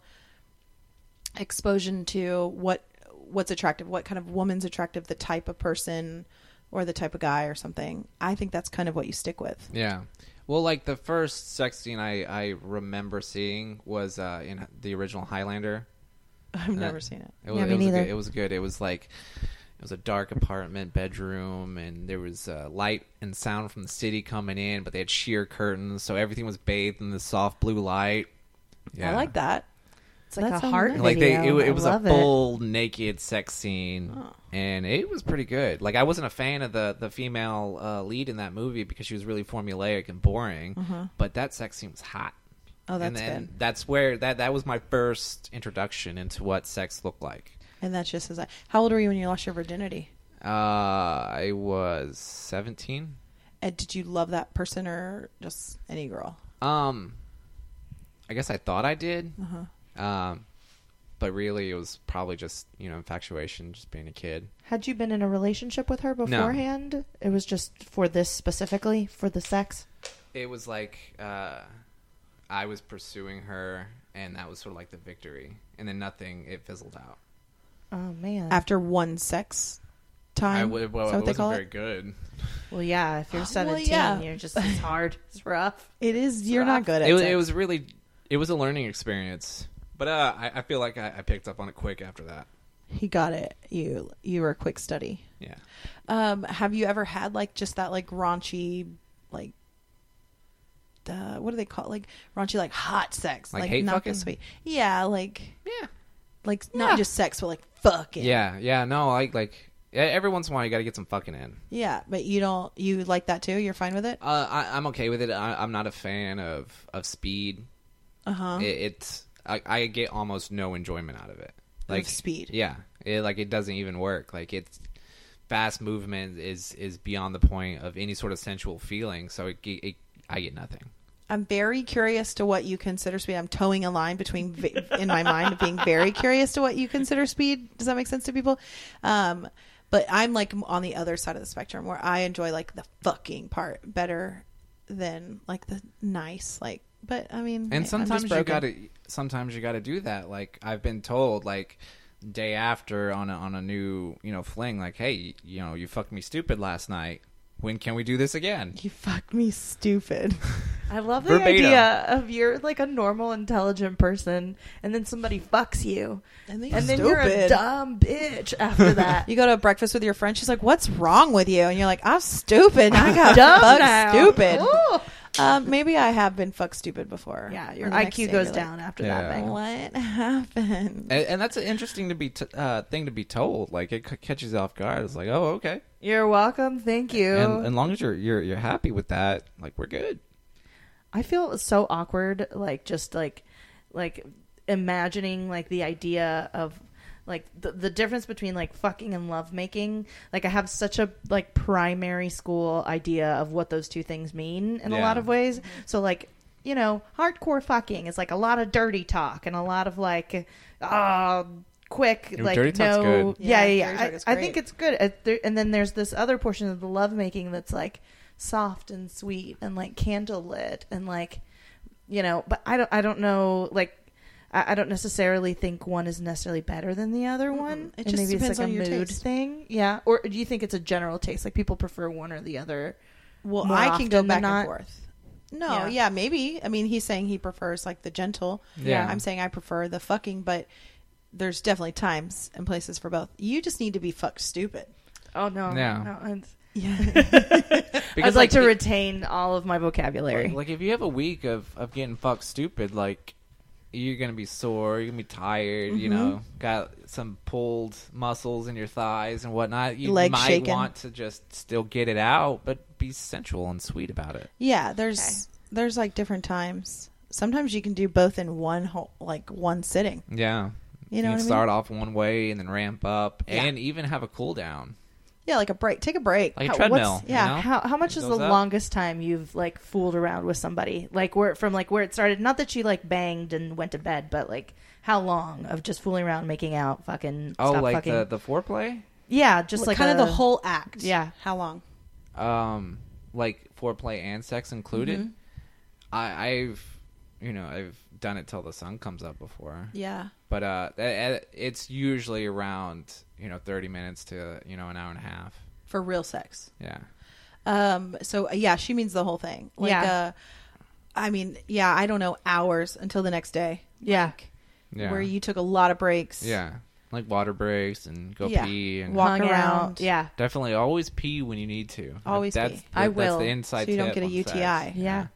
B: exposure to what what's attractive, what kind of woman's attractive, the type of person or the type of guy or something. I think that's kind of what you stick with. <laughs>
D: Yeah. Well, like the first sex scene I, I remember seeing was uh, in the original Highlander.
B: I've
D: Uh,
B: never seen it.
D: It was,
C: Yeah, me
D: it was
C: neither.
D: Good, it was good. It was like it was a dark apartment bedroom, and there was uh, light and sound from the city coming in, but they had sheer curtains, so everything was bathed in the soft blue light. Yeah.
B: I like that.
C: It's like
B: That
C: a
B: sounds
C: heart.
B: nice.
D: like they it,
C: video.
D: it
C: I
D: was a
C: love it. Oh.
D: full naked sex scene and it was pretty good like i wasn't a fan of the the female uh, lead in that movie because she was really formulaic and boring
C: Mm-hmm.
D: but that sex scene was hot
B: Oh, that's
D: and then
B: good.
D: that's where that that was my first introduction into what sex looked like
B: And that's just as I. How old were you when you lost your virginity?
D: uh i was 17
B: And did you love that person or just any girl?
D: um i guess i thought i did
B: Uh-huh.
D: um but really it was probably just you know infatuation just being a kid
C: Had you been in a relationship with her beforehand? It was just for this specifically, for the sex.
D: it was like uh, I was pursuing her, and that was sort of like the victory. And then nothing, it fizzled out.
C: Oh man.
B: After one sex time?
D: I w- well,
B: Is
D: it
B: that what they
D: wasn't
B: call
D: very
B: it?
D: good.
C: well, yeah. If you're
B: Well,
C: 17,
B: yeah.
C: you're just it's hard. It's rough.
B: It is. You're not good at
D: It was,
B: sex.
D: it was really, it was a learning experience. But uh, I, I feel like I, I picked up on it quick after that.
B: He got it. You you were a quick study.
D: Yeah.
B: Um, have you ever had like just that like raunchy like uh, what do they call it? like raunchy like hot sex
D: Like hate
B: not
D: fucking?
B: just sweet yeah like
D: Yeah.
B: like not just sex but like fucking
D: Yeah. Yeah. No, like like e- every once in a while you got to get some fucking in.
B: yeah but you don't you like that too you're fine with it
D: Uh, I, I'm okay with it. I, I'm not a fan of of speed.
B: uh huh
D: It, it's I, I get almost no enjoyment out of it. Like
B: speed.
D: Yeah, it, like it doesn't even work. Like it's fast movement is is beyond the point of any sort of sensual feeling. So it, ge- it I get nothing.
B: I'm very curious to what you consider speed. I'm towing a line between v- in my mind of being very curious to what you consider speed. Does that make sense to people? Um, but I'm like on the other side of the spectrum where I enjoy like the fucking part better than like the nice like. But I mean, I- I'm
D: and
B: just
D: sometimes you
B: broken.
D: gotta sometimes you gotta do that like i've been told like day after on a, on a new you know fling like hey you know you fucked me stupid last night when can we do this again
B: You fucked me stupid.
C: I love the
D: Verbatim.
C: idea of you're like a normal, intelligent person, and then somebody fucks you,
B: And then,
C: and then you're a dumb bitch
B: <laughs>
C: after that.
B: You go to breakfast with your friend. She's like, "What's wrong with you?" And you're like, "I'm stupid. I got
C: dumb
B: fucked
C: now.
B: stupid."
C: Ooh.
B: Um, maybe I have been fucked stupid before.
C: Yeah,
B: And
C: your
B: the next
C: IQ
B: day
C: goes
B: you're
C: down after
D: Yeah.
B: Like,
C: that. Thing.
B: what <laughs> happened?
D: and, and that's an interesting to be t- uh, thing to be told like it c- catches you off guard it's like oh okay
C: You're welcome. Thank you.
D: and as long as you're you're you're happy with that like we're good
C: I feel so awkward, like just like like imagining like the idea of like the, the difference between like fucking and lovemaking like i have such a like primary school idea of what those two things mean in a
D: Yeah.
C: lot of ways so like you know hardcore fucking is like a lot of dirty talk and a lot of like uh quick
D: Ooh,
C: like
D: dirty talk's
C: no
D: good.
C: yeah
B: Yeah,
C: yeah,
B: dirty
C: yeah.
B: talk is
C: I, I think
B: great.
C: it's good Uh, there- and then there's this other portion of the lovemaking that's like soft and sweet and like candlelit and like you know but i don't i don't know like I I don't necessarily think one is necessarily better than the other one.
B: It
C: And
B: just
C: maybe
B: depends
C: it's like
B: on
C: a
B: your
C: mood
B: taste.
C: thing. Yeah. Or do you think it's a general taste? Like people prefer one or the other.
B: Well,
C: more
B: I can go
C: often
B: back
C: than not.
B: and forth. No,
C: Yeah.
B: yeah. maybe. I mean, he's saying he prefers like the gentle.
D: Yeah.
B: I'm saying I prefer the fucking, but there's definitely times and places for both. You just need to be fucked stupid.
C: Oh no.
D: Yeah.
C: No, <laughs> it's-
B: Yeah.
C: I'd like to retain all of my vocabulary.
D: Like, like, if you have a week of, of getting fucked stupid, like you're gonna be sore, you're gonna be tired, you
B: Mm-hmm.
D: know, got some pulled muscles in your thighs and whatnot. You
B: Leg
D: might
B: shaking.
D: want to just still get it out, but be sensual and sweet about it.
B: <laughs> yeah, there's there's like different times. Sometimes you can do both in one whole like one sitting.
D: Yeah.
B: You know
D: can
B: what I mean?
D: start off one way and then ramp up and even have a cool down.
B: Yeah, like a break. Take a break.
D: Like a
C: How-
D: treadmill.
B: what's-
D: you
B: yeah,
D: know?
C: How how much is the
D: Goes up.
C: longest time you've like fooled around with somebody? Like where from like where it started. Not that you like banged and went to bed, but like how long of just fooling around, making out, fucking
D: Oh,
C: stop
D: like
C: fucking.
D: the, the foreplay?
C: yeah, just like
B: kind of
C: a-
B: the whole act.
C: Yeah.
B: How long?
D: um, like foreplay and sex included.
B: Mm-hmm.
D: I, I've, you know, I've done it till the sun comes up before,
B: Yeah.
D: but uh, eh, eh, it's usually around you know thirty minutes to you know an hour and a half.
B: For real sex.
D: Yeah,
B: Um. So yeah, she means the whole thing. Like,
C: Yeah.
B: Uh, I mean, yeah. I don't know hours until the next day.
C: Yeah.
B: Like,
D: yeah,
B: Where you took a lot of breaks.
D: yeah, like water breaks and go
B: Yeah.
D: pee and
B: Walk
C: hung
B: around.
C: out. Yeah.
D: definitely always pee when you need to.
B: Always
D: that's,
B: pee.
D: that-
C: I
D: That's
C: will,
D: the inside
B: so you don't
D: tip
B: get a
D: on sex.
B: UTI.
C: Yeah.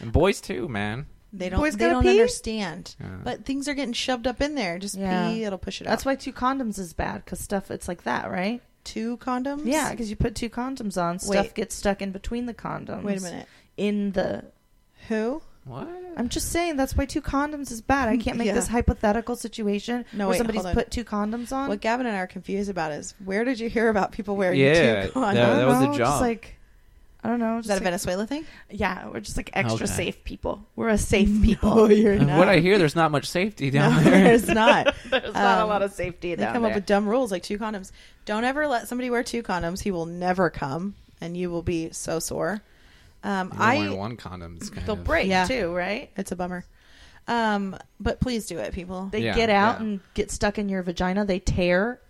D: and boys too, man.
B: Mm-hmm. They don't.
C: Boys
B: they
C: gotta
B: don't
C: pee?
B: understand.
D: Yeah.
B: But things are getting shoved up in there. Just
C: Yeah.
B: pee. It'll push it
C: That's
B: out.
C: why two condoms is bad because stuff it's like that, right?
B: Two condoms.
C: Yeah, because you put two condoms on, stuff
B: Wait.
C: gets stuck in between the condoms.
B: Wait a minute.
C: In the,
B: Who?
D: What?
C: I'm just saying that's why two condoms is bad. I can't make
B: Yeah.
C: this hypothetical situation
B: No,
C: where
B: wait,
C: somebody's
B: hold on.
C: put two condoms on.
B: What Gavin and I are confused about is where did you hear about people wearing
D: Yeah,
B: two <laughs> condoms?
D: that-
C: I don't
D: that was a
C: know, Just
D: job.
C: like, I don't know.
B: Is
C: Just
B: that a
C: like,
B: Venezuela
D: <laughs>
B: thing?
C: yeah, we're just like extra
E: Okay.
C: safe people. We're a safe people.
B: Oh, you're
D: And What I hear, there's not much
B: <laughs>
D: safety down
B: No, <laughs>
D: there.
B: there's not.
C: There's not a
B: Um,
C: lot of safety
B: They
C: down
B: come
C: there.
B: up with dumb rules like two condoms. Don't ever let somebody wear two condoms. He will never come, and you will be so sore. Um,
D: Even wearing
B: I.
D: one condom. is kind
C: They'll
D: of-
C: break
B: Yeah.
C: too, right?
B: It's a bummer. Um, but please do it, people.
C: They
D: Yeah,
C: get out
D: yeah.
C: and get stuck in your vagina. They tear.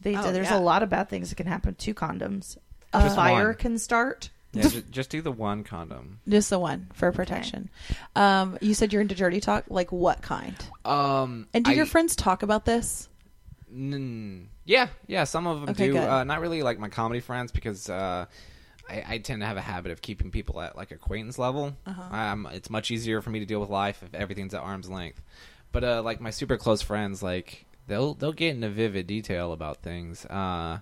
C: They
B: Oh,
C: there's
B: yeah.
C: a lot of bad things that can happen to condoms. A
D: Just
C: fire
D: one.
C: can start.
D: Yeah, just, just do the one condom.
B: Just the one for protection. Um, you said you're into dirty talk. Like what kind?
D: Um,
B: And do
D: I-
B: your friends talk about this?
D: Mm, yeah, yeah. Some of them
B: Okay,
D: do.
B: good.
D: Uh, not really like my comedy friends because uh, I, I tend to have a habit of keeping people at like acquaintance level.
B: Uh-huh.
D: Um, it's much easier for me to deal with life if everything's at arm's length. But uh, like my super close friends, like they'll they'll get into vivid detail about things. Uh,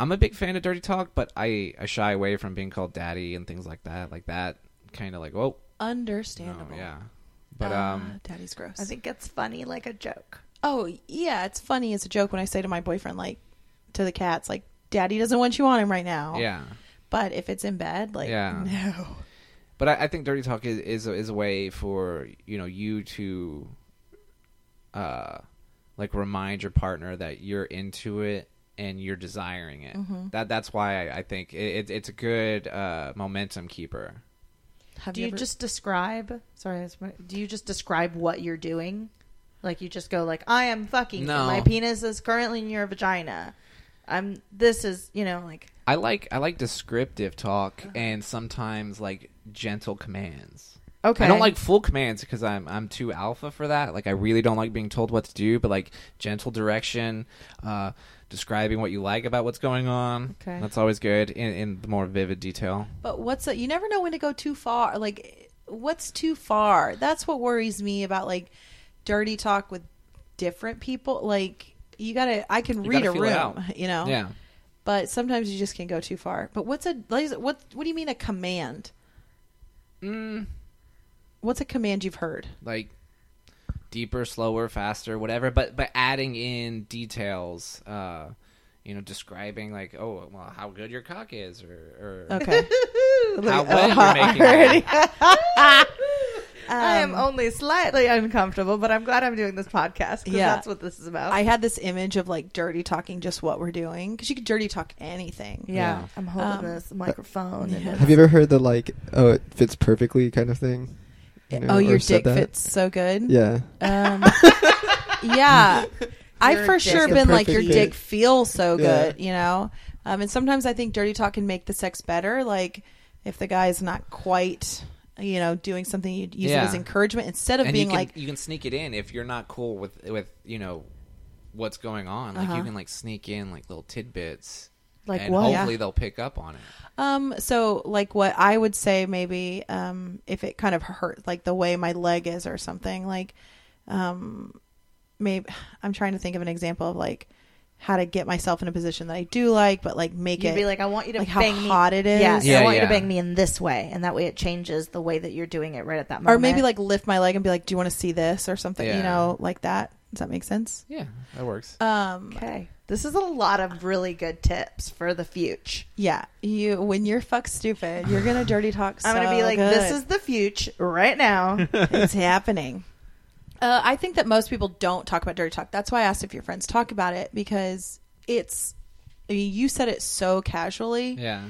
D: I'm a big fan of dirty talk, but I, I shy away from being called daddy and things like that. Like that kind of like oh no,
B: Understandable.
D: Oh, yeah.
B: Uh,
D: But um,
B: daddy's gross.
C: I think it's funny, like a joke.
B: Oh yeah, it's funny as a joke when I say to my boyfriend, like to the cats, like, "Daddy doesn't want you on him right now."
D: yeah.
B: But if it's in bed, like,
D: Yeah.
B: no.
D: But I, I think dirty talk is, is a- is a way for you know you to, uh, like remind your partner that you're into it and you're desiring it. That that's why I, I think it, it, it's a good uh, momentum keeper.
B: Have
C: do you,
B: ever-
C: just describe? Sorry, that's my- do you just describe what you're doing? Like you just go like, I am fucking.
D: No.
C: My penis is currently in your vagina. I'm. This is you know like
D: I like I like descriptive talk and sometimes like gentle commands.
C: okay.
D: I don't
C: <laughs>
D: like full commands because I'm I'm too alpha for that. Like I really don't like being told what to do, but like gentle direction, uh, describing what you like about what's going on.
C: Okay.
D: that's always good in, in the more vivid detail.
B: But what's the, you never know when to go too far. Like, what's too far? That's what worries me about like dirty talk with different people. Like, you gotta, I can
D: You
B: read
D: gotta
B: a
D: feel it
B: room,
D: out.
B: you know.
D: Yeah,
B: But sometimes you just can go too far. But what's a like, what? What do you mean a command?
D: mm,
B: What's a command you've heard?
D: like deeper, slower, faster, whatever. But but adding in details, uh, you know, describing like oh well how good your cock is or, or
F: <laughs>
B: Okay. <laughs> uh,
D: how well you're making it.
C: I am only slightly uncomfortable, but I'm glad I'm doing this podcast because
B: Yeah.
C: that's what this is
B: <laughs>
C: about.
B: I had this image of like dirty talking just what we're doing because you could dirty talk anything.
C: yeah,
D: Yeah.
C: I'm holding
B: Um,
C: this microphone. and
B: yeah.
F: Have you ever heard the like, oh, it fits perfectly kind of thing? You know,
B: oh,
F: or
B: your
F: said
B: dick
F: that?
B: fits so good.
F: Yeah.
B: Um, yeah. I've
C: Your
B: for
C: dick
B: sure
C: is
B: been like, your
F: perfect.
B: dick feels so
F: Yeah.
B: good, you know? Um, and sometimes I think dirty talk can make the sex better. Like, if the guy's not quite, you know, doing something, you'd use it
D: Yeah.
B: as encouragement instead of
D: and
B: being
D: you can,
B: like,
D: you can sneak it in if you're not cool with with you know what's going on. Like
B: Uh-huh.
D: you can like sneak in like little tidbits.
C: Like
D: and
C: what?
D: Hopefully
B: Yeah.
D: they'll pick up on it.
B: um, so, like, what I would say maybe, um, if it kind of hurt, like the way my leg is or something, like, um, maybe I'm trying to think of an example of like how to get myself in a position that I do like, but like make
C: You'd
B: it
C: be like, I want you to
B: like how
C: bang me.
B: hot it is.
C: Yes, I
D: Yeah,
C: want you to
D: yeah.
C: bang me in this way, and that way it changes the way that you're doing it right at that
B: or
C: moment.
B: maybe like lift my leg and be like, "Do you want to see this?" or something, you
D: Yeah.
B: know, like that. Does that make sense?
D: Yeah, that works.
B: Um,
C: okay, this is a lot of really good tips for the future.
B: yeah. You when you're fuck stupid, you're gonna dirty <laughs> talk. So
C: I'm gonna be like, this
B: good.
C: is the future right now.
B: <laughs> it's happening. Uh, I think that most people don't talk about dirty talk. That's why I asked if your friends talk about it because it's. I mean, you said it so casually,
D: yeah.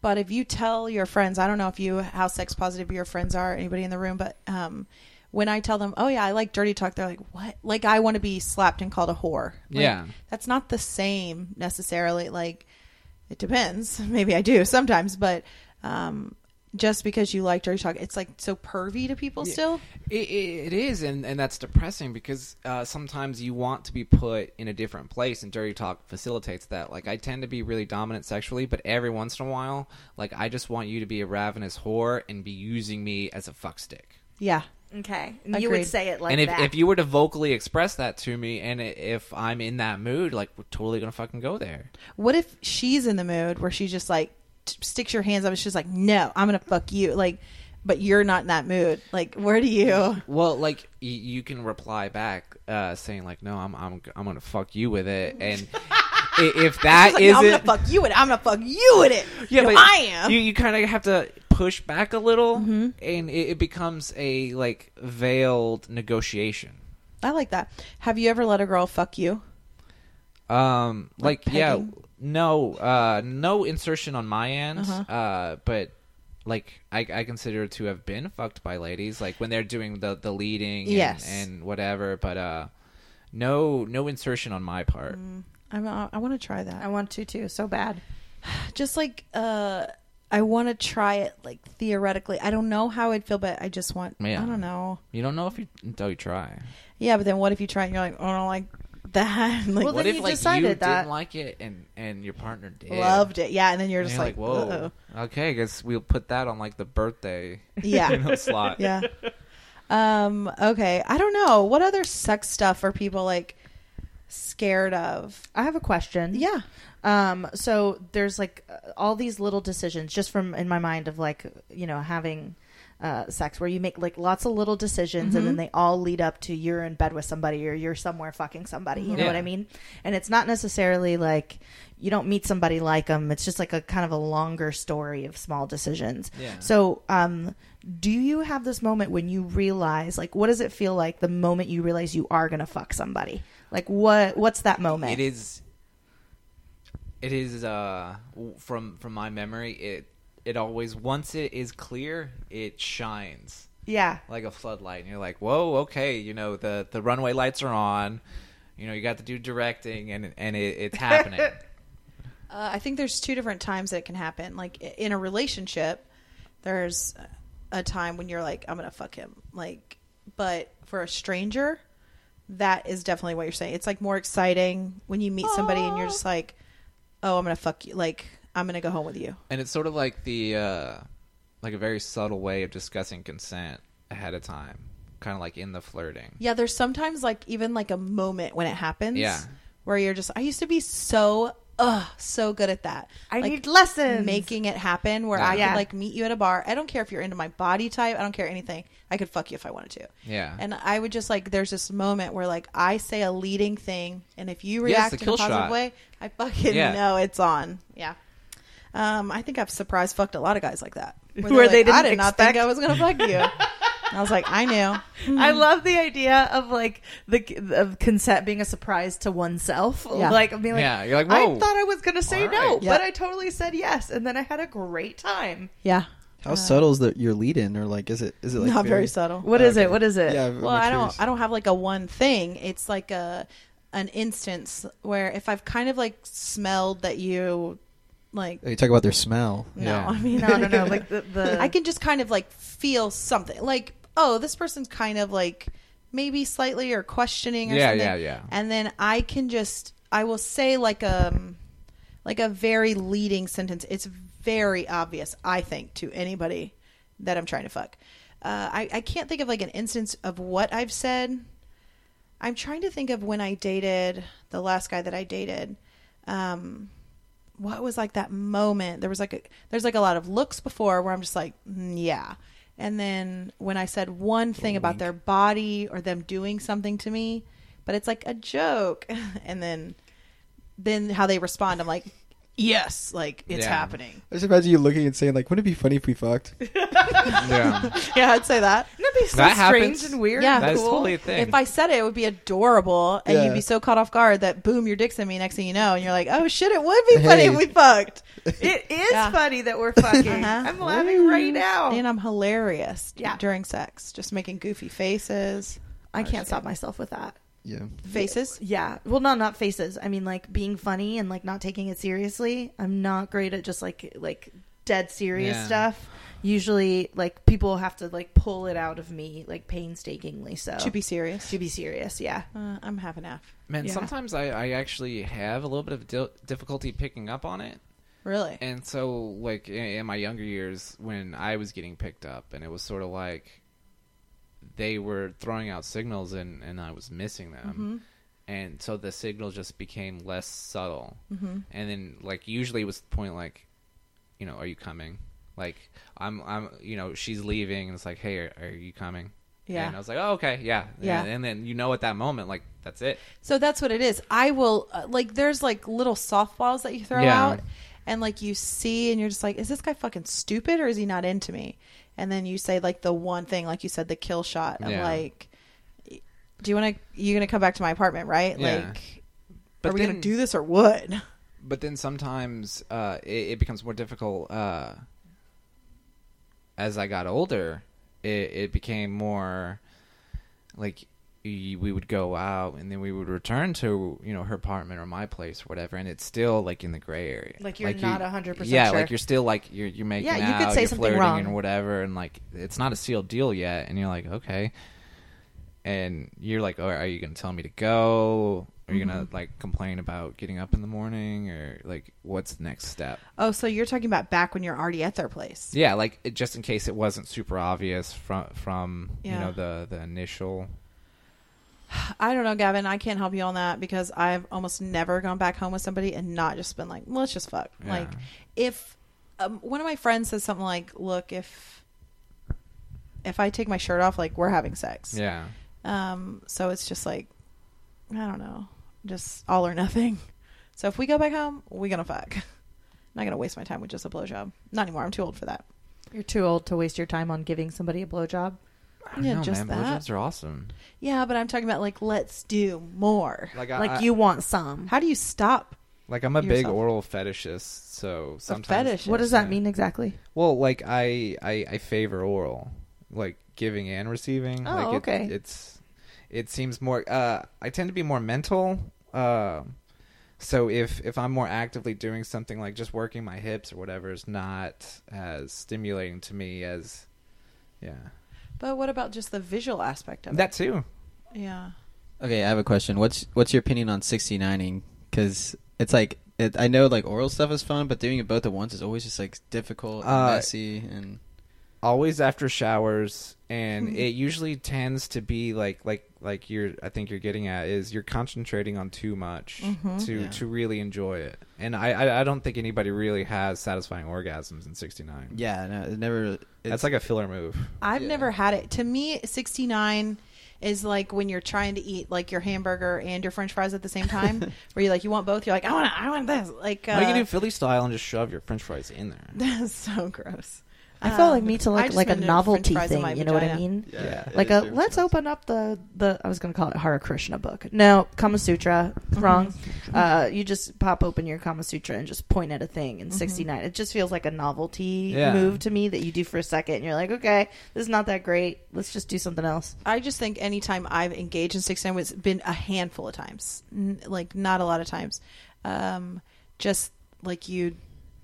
B: but if you tell your friends, I don't know if you how sex positive your friends are, anybody in the room, but um, when I tell them, "Oh yeah, I like dirty talk," they're like, "What?" Like I want to be slapped and called a whore. Like,
D: Yeah.
B: that's not the same necessarily. Like it depends. <laughs> Maybe I do sometimes, but um, just because you like dirty talk, it's like so pervy to people still.
D: It, it, it is, and, and that's depressing because uh, sometimes you want to be put in a different place, and dirty talk facilitates that. Like, I tend to be really dominant sexually, but every once in a while, like, I just want you to be a ravenous whore and be using me as a fuck stick.
B: Yeah,
C: <laughs> okay, you
B: Agreed.
C: would say it like
D: and if,
C: that.
D: if you were to vocally express that to me, and i- if I'm in that mood, like, we're totally going to fucking go there.
B: What if she's in the mood where she just like t- sticks your hands up and she's like, "No, I'm gonna fuck you," like, but you're not in that mood. Like, where do you?
D: Well, like y- you can reply back uh, saying like, "No, I'm I'm I'm gonna fuck you with
B: <laughs>
D: it," and i- if that
B: She's like,
D: is
B: "No, I'm
D: it,
B: gonna fuck you with it. I'm gonna fuck you with it.
D: yeah,
B: No,
D: but
B: I am. Mm-hmm.
D: You, you kind of have to push back a little, and it, it becomes a like veiled negotiation.
B: I like that. Have you ever let a girl fuck you?
D: Um,
B: Like
D: like, yeah,
B: pegging?
D: no, uh, no insertion on my end,
B: Uh-huh.
D: uh but. Like I, I consider to have been fucked by ladies, like when they're doing the the leading, and,
B: Yes.
D: and whatever. But uh, no no insertion on my part.
B: Mm. I'm, I, I want to try
C: I
B: that.
C: want to too so bad.
B: <sighs> Just like uh, I want to try it. Like theoretically, I don't know how I'd feel, but I just want.
D: Yeah.
B: I don't know.
D: You don't know if you until you try.
B: Yeah, but then what if you try and you're like, oh, I don't like that. <laughs> like,
C: Well,
D: what
C: then
D: if
C: you
D: like
C: decided
D: you
C: that.
D: didn't like it and and your partner did?
B: loved it. Yeah, and then you're
D: And
B: just
D: you're like, whoa,
B: uh-oh.
D: okay, I guess we'll put that on like the birthday
B: Yeah.
D: <laughs> you know, slot.
B: yeah. Um, okay. I don't know. What other sex stuff are people like scared of?
C: I have a question.
B: Yeah.
C: Um, so there's like uh, all these little decisions just from in my mind of like, you know, having uh, sex where you make like lots of little decisions and
D: Mm-hmm.
C: then they all lead up to you're in bed with somebody or you're somewhere fucking somebody. You know
D: Yeah.
C: what I mean? And it's not necessarily like you don't meet somebody like them. It's just like a kind of a longer story of small decisions.
D: Yeah.
C: So, um, do you have this moment when you realize, like, what does it feel like the moment you realize you are gonna fuck somebody? Like, what what's that moment?
D: It is. It is uh, w- from from my memory. It it always once it is clear, it shines
C: Yeah.
D: like a floodlight, and you're like, whoa, okay, you know the the runway lights are on. You know you got to do directing, and and it,
B: <laughs>
D: it's happening.
B: Uh, I think there's two different times that it can happen. Like i- in a relationship, there's a time when you're like, I'm gonna fuck him. Like, but for a stranger, that is definitely what you're saying. It's like more exciting when you meet somebody and you're just like, oh, I'm gonna fuck you. Like, I'm gonna go home with you.
D: and it's sort of like the uh, like a very subtle way of discussing consent ahead of time, kind of like in the flirting.
B: Yeah, there's sometimes like even like a moment when it happens.
D: Yeah.
B: Where you're just I used to be so uh so good at that.
C: I
B: Like,
C: need lessons.
B: Making it happen where I
C: Yeah.
B: could like meet you at a bar. I don't care if you're into my body type, I don't care anything. I could fuck you if I wanted to.
D: Yeah.
B: And I would just like there's this moment where like I say a leading thing and if you
D: Yes,
B: react
D: the
B: in a
D: kill
B: positive
D: shot.
B: way, I fucking
D: Yeah.
B: know it's on. Yeah. Um, I think I've surprise fucked a lot of guys like
C: <laughs>
B: that.
C: Where they
B: they're like, I
C: didn't
B: did not
C: expect-
B: think I was gonna fuck you.
C: <laughs>
B: And I was like, I
D: <laughs>
B: knew.
C: I love the idea of like the of consent being a surprise to oneself.
B: Yeah.
C: Like being like,
D: Yeah, you're like,
C: I
D: whoa.
C: thought I was gonna say
D: All
C: no,
D: right.
B: Yeah.
C: but I totally said yes, and then I had a great time.
B: Yeah.
E: How subtle is that your lead in, or like, is it is it like
B: Uh, not very subtle.
C: What is it? What is it?
E: Yeah,
B: well, I don't. I don't have like a one thing. It's like a an instance where if I've kind of like smelled that you like
E: Oh, You talk about their smell.
B: no,
D: Yeah.
B: I mean
C: No,
B: <laughs>
C: no, no. Like the, the
B: I can just kind of like feel something like oh this person's kind of like maybe slightly or questioning or
D: Yeah,
B: something.
D: yeah, yeah.
B: And then I can just I will say like um like a very leading sentence. It's very obvious I think to anybody that I'm trying to fuck. Uh, I I can't think of like an instance of what I've said. I'm trying to think of when I dated the last guy that I dated. Um, what was like that moment? There was like a there's like a lot of looks before where I'm just like mm, yeah, and then when I said one thing about their body or them doing something to me, but it's like a joke, <laughs> and then then how they respond, I'm like yes, like it's
D: Yeah.
B: happening. <laughs>
F: I just imagine you looking and saying, like, wouldn't it be funny if we fucked?
D: Yeah.
B: <laughs> Yeah, I'd say that.
C: That'd be so
D: That
C: strange
D: happens.
C: and weird.
B: Yeah,
C: and
D: That is
C: cool.
D: totally a thing.
B: If I said it, it would be adorable, and
F: Yeah.
B: you'd be so caught off guard that boom, your dick's in me. Next thing you know, and you're like, oh shit, it would be funny
E: Hey.
B: if we fucked.
C: It is
B: Yeah.
C: funny that we're fucking.
B: Uh-huh.
C: I'm laughing right now.
B: And I'm hilarious d-
C: Yeah.
B: during sex, just making goofy faces.
C: I can't stop myself with that.
E: Yeah.
B: Faces.
C: Yeah. Well, no, not faces. I mean, like being funny and like not taking it seriously. I'm not great at just like like dead serious
D: Yeah.
C: stuff. Usually, like people have to like pull it out of me like painstakingly. So
B: To be serious.
C: to be serious, yeah.
B: Uh, I'm half and half.
D: Man,
C: Yeah.
D: sometimes I, I actually have a little bit of dil- difficulty picking up on it.
B: Really?
D: And so, like, in, in my younger years, when I was getting picked up, and it was sort of like they were throwing out signals and, and I was missing
B: Mm-hmm.
D: them. And so the signal just became less subtle. Mm-hmm. And then, like, usually it was the point, like, you know, are you coming? Like, I'm, I'm, you know, she's leaving, and it's like, hey, are, are you coming?
B: Yeah.
D: And I was like, oh, okay, yeah.
B: Yeah.
D: And, and then you know at that moment, like, that's it.
B: So that's what it is. I will uh, like there's like little softballs that you throw
D: Yeah.
B: out and like you see and you're just like is this guy fucking stupid or is he not into me? And then you say like the one thing like you said the kill shot of
D: Yeah.
B: like do you want to you're going to come back to my apartment, right?
D: Yeah.
B: Like
D: But
B: are we going
D: then-
B: to do this or what?
D: but then sometimes uh, it, it becomes more difficult uh, as I got older. It, it became more like y- we would go out and then we would return to you know her apartment or my place or whatever, and it's still like in the gray area.
C: Like you're not 100%
D: Yeah,
C: sure.
D: like you're still like you're you're making
C: Yeah, you could
D: out,
C: say
D: you're
C: something
D: flirting
C: wrong.
D: and whatever, and like it's not a sealed deal yet, and you're like okay and you're like, oh, are you gonna tell me to go? Are you gonna
C: Mm-hmm.
D: like complain about getting up in the morning or like what's the next step?
B: Oh, so you're talking about back when you're already at their place.
D: Yeah, like it, just in case it wasn't super obvious from from you
B: Yeah.
D: know the the initial.
B: I don't know, Gavin. I can't help you on that because I've almost never gone back home with somebody and not just been like, let's just fuck.
D: Yeah.
B: Like, if um, one of my friends says something like, look, if if I take my shirt off, like we're having sex.
D: Yeah.
B: Um, so it's just like, I don't know, just all or nothing. <laughs> So if we go back home, we gonna fuck. <laughs> I'm not gonna waste my time with just a blowjob. Not anymore. I'm too old for that.
C: You're too old to waste your time on giving somebody a blowjob.
D: I don't
B: Yeah,
D: know,
B: just
D: man.
B: that.
D: Blowjobs are awesome.
B: Yeah, but I'm talking about like let's do more.
D: Like, I,
C: like
D: I-
C: you want some.
B: How do you stop?
D: Like I'm a big
B: yourself.
D: oral fetishist, so sometimes
B: fetish.
C: what does that mean exactly?
D: Well, like I, I I favor oral, like giving and receiving.
C: Oh,
D: like it,
C: okay.
D: It's it seems more. Uh, I tend to be more mental. Um, so if if I'm more actively doing something like just working my hips or whatever is not as stimulating to me as, yeah,
B: But what about just the visual aspect of
D: that too.
B: it? Yeah.
E: Okay, I have a question. What's what's your opinion on 69ing? Because it's like it, I know like oral stuff is fun, but doing it both at once is always just like difficult, and
D: Uh,
E: messy, and
D: always after showers and it usually tends to be like like like you're i think you're getting at is you're concentrating on too much to
E: Yeah.
D: to really enjoy it and I, I i don't think anybody really has satisfying orgasms in 69
E: yeah, no, it never. It's,
D: that's like a filler move
B: I've
E: Yeah.
B: never had it. To me, 69 is like when you're trying to eat like your hamburger and your french fries at the same
D: <laughs>
B: time, where you like you want both, you're like I want I want this. Like
D: Why you can
B: uh,
D: do philly style and just shove your french fries in there
B: <laughs> That's so gross.
C: Uh, I felt like
B: Um,
C: me to
B: I
C: like
B: just
C: like a
B: meant to
C: novelty
B: french fries in
C: thing.
B: my
C: You know what I
B: vagina.
C: mean?
D: Yeah.
E: it
C: like
E: is
C: a
E: different.
C: let's open up the the I was gonna call it Hare Krishna book. No, Kama Sutra.
D: Mm-hmm.
C: Wrong.
D: <laughs>
C: Uh, you just pop open your Kama Sutra and just point at a thing in sixty nine. It just feels like a novelty
D: Mm-hmm. Yeah.
C: move to me that you do for a second and you're like, okay, this is not that great. Let's just do something else.
B: I just think anytime I've engaged in six nine, it's been a handful of times, N- like not a lot of times. Um, just like you,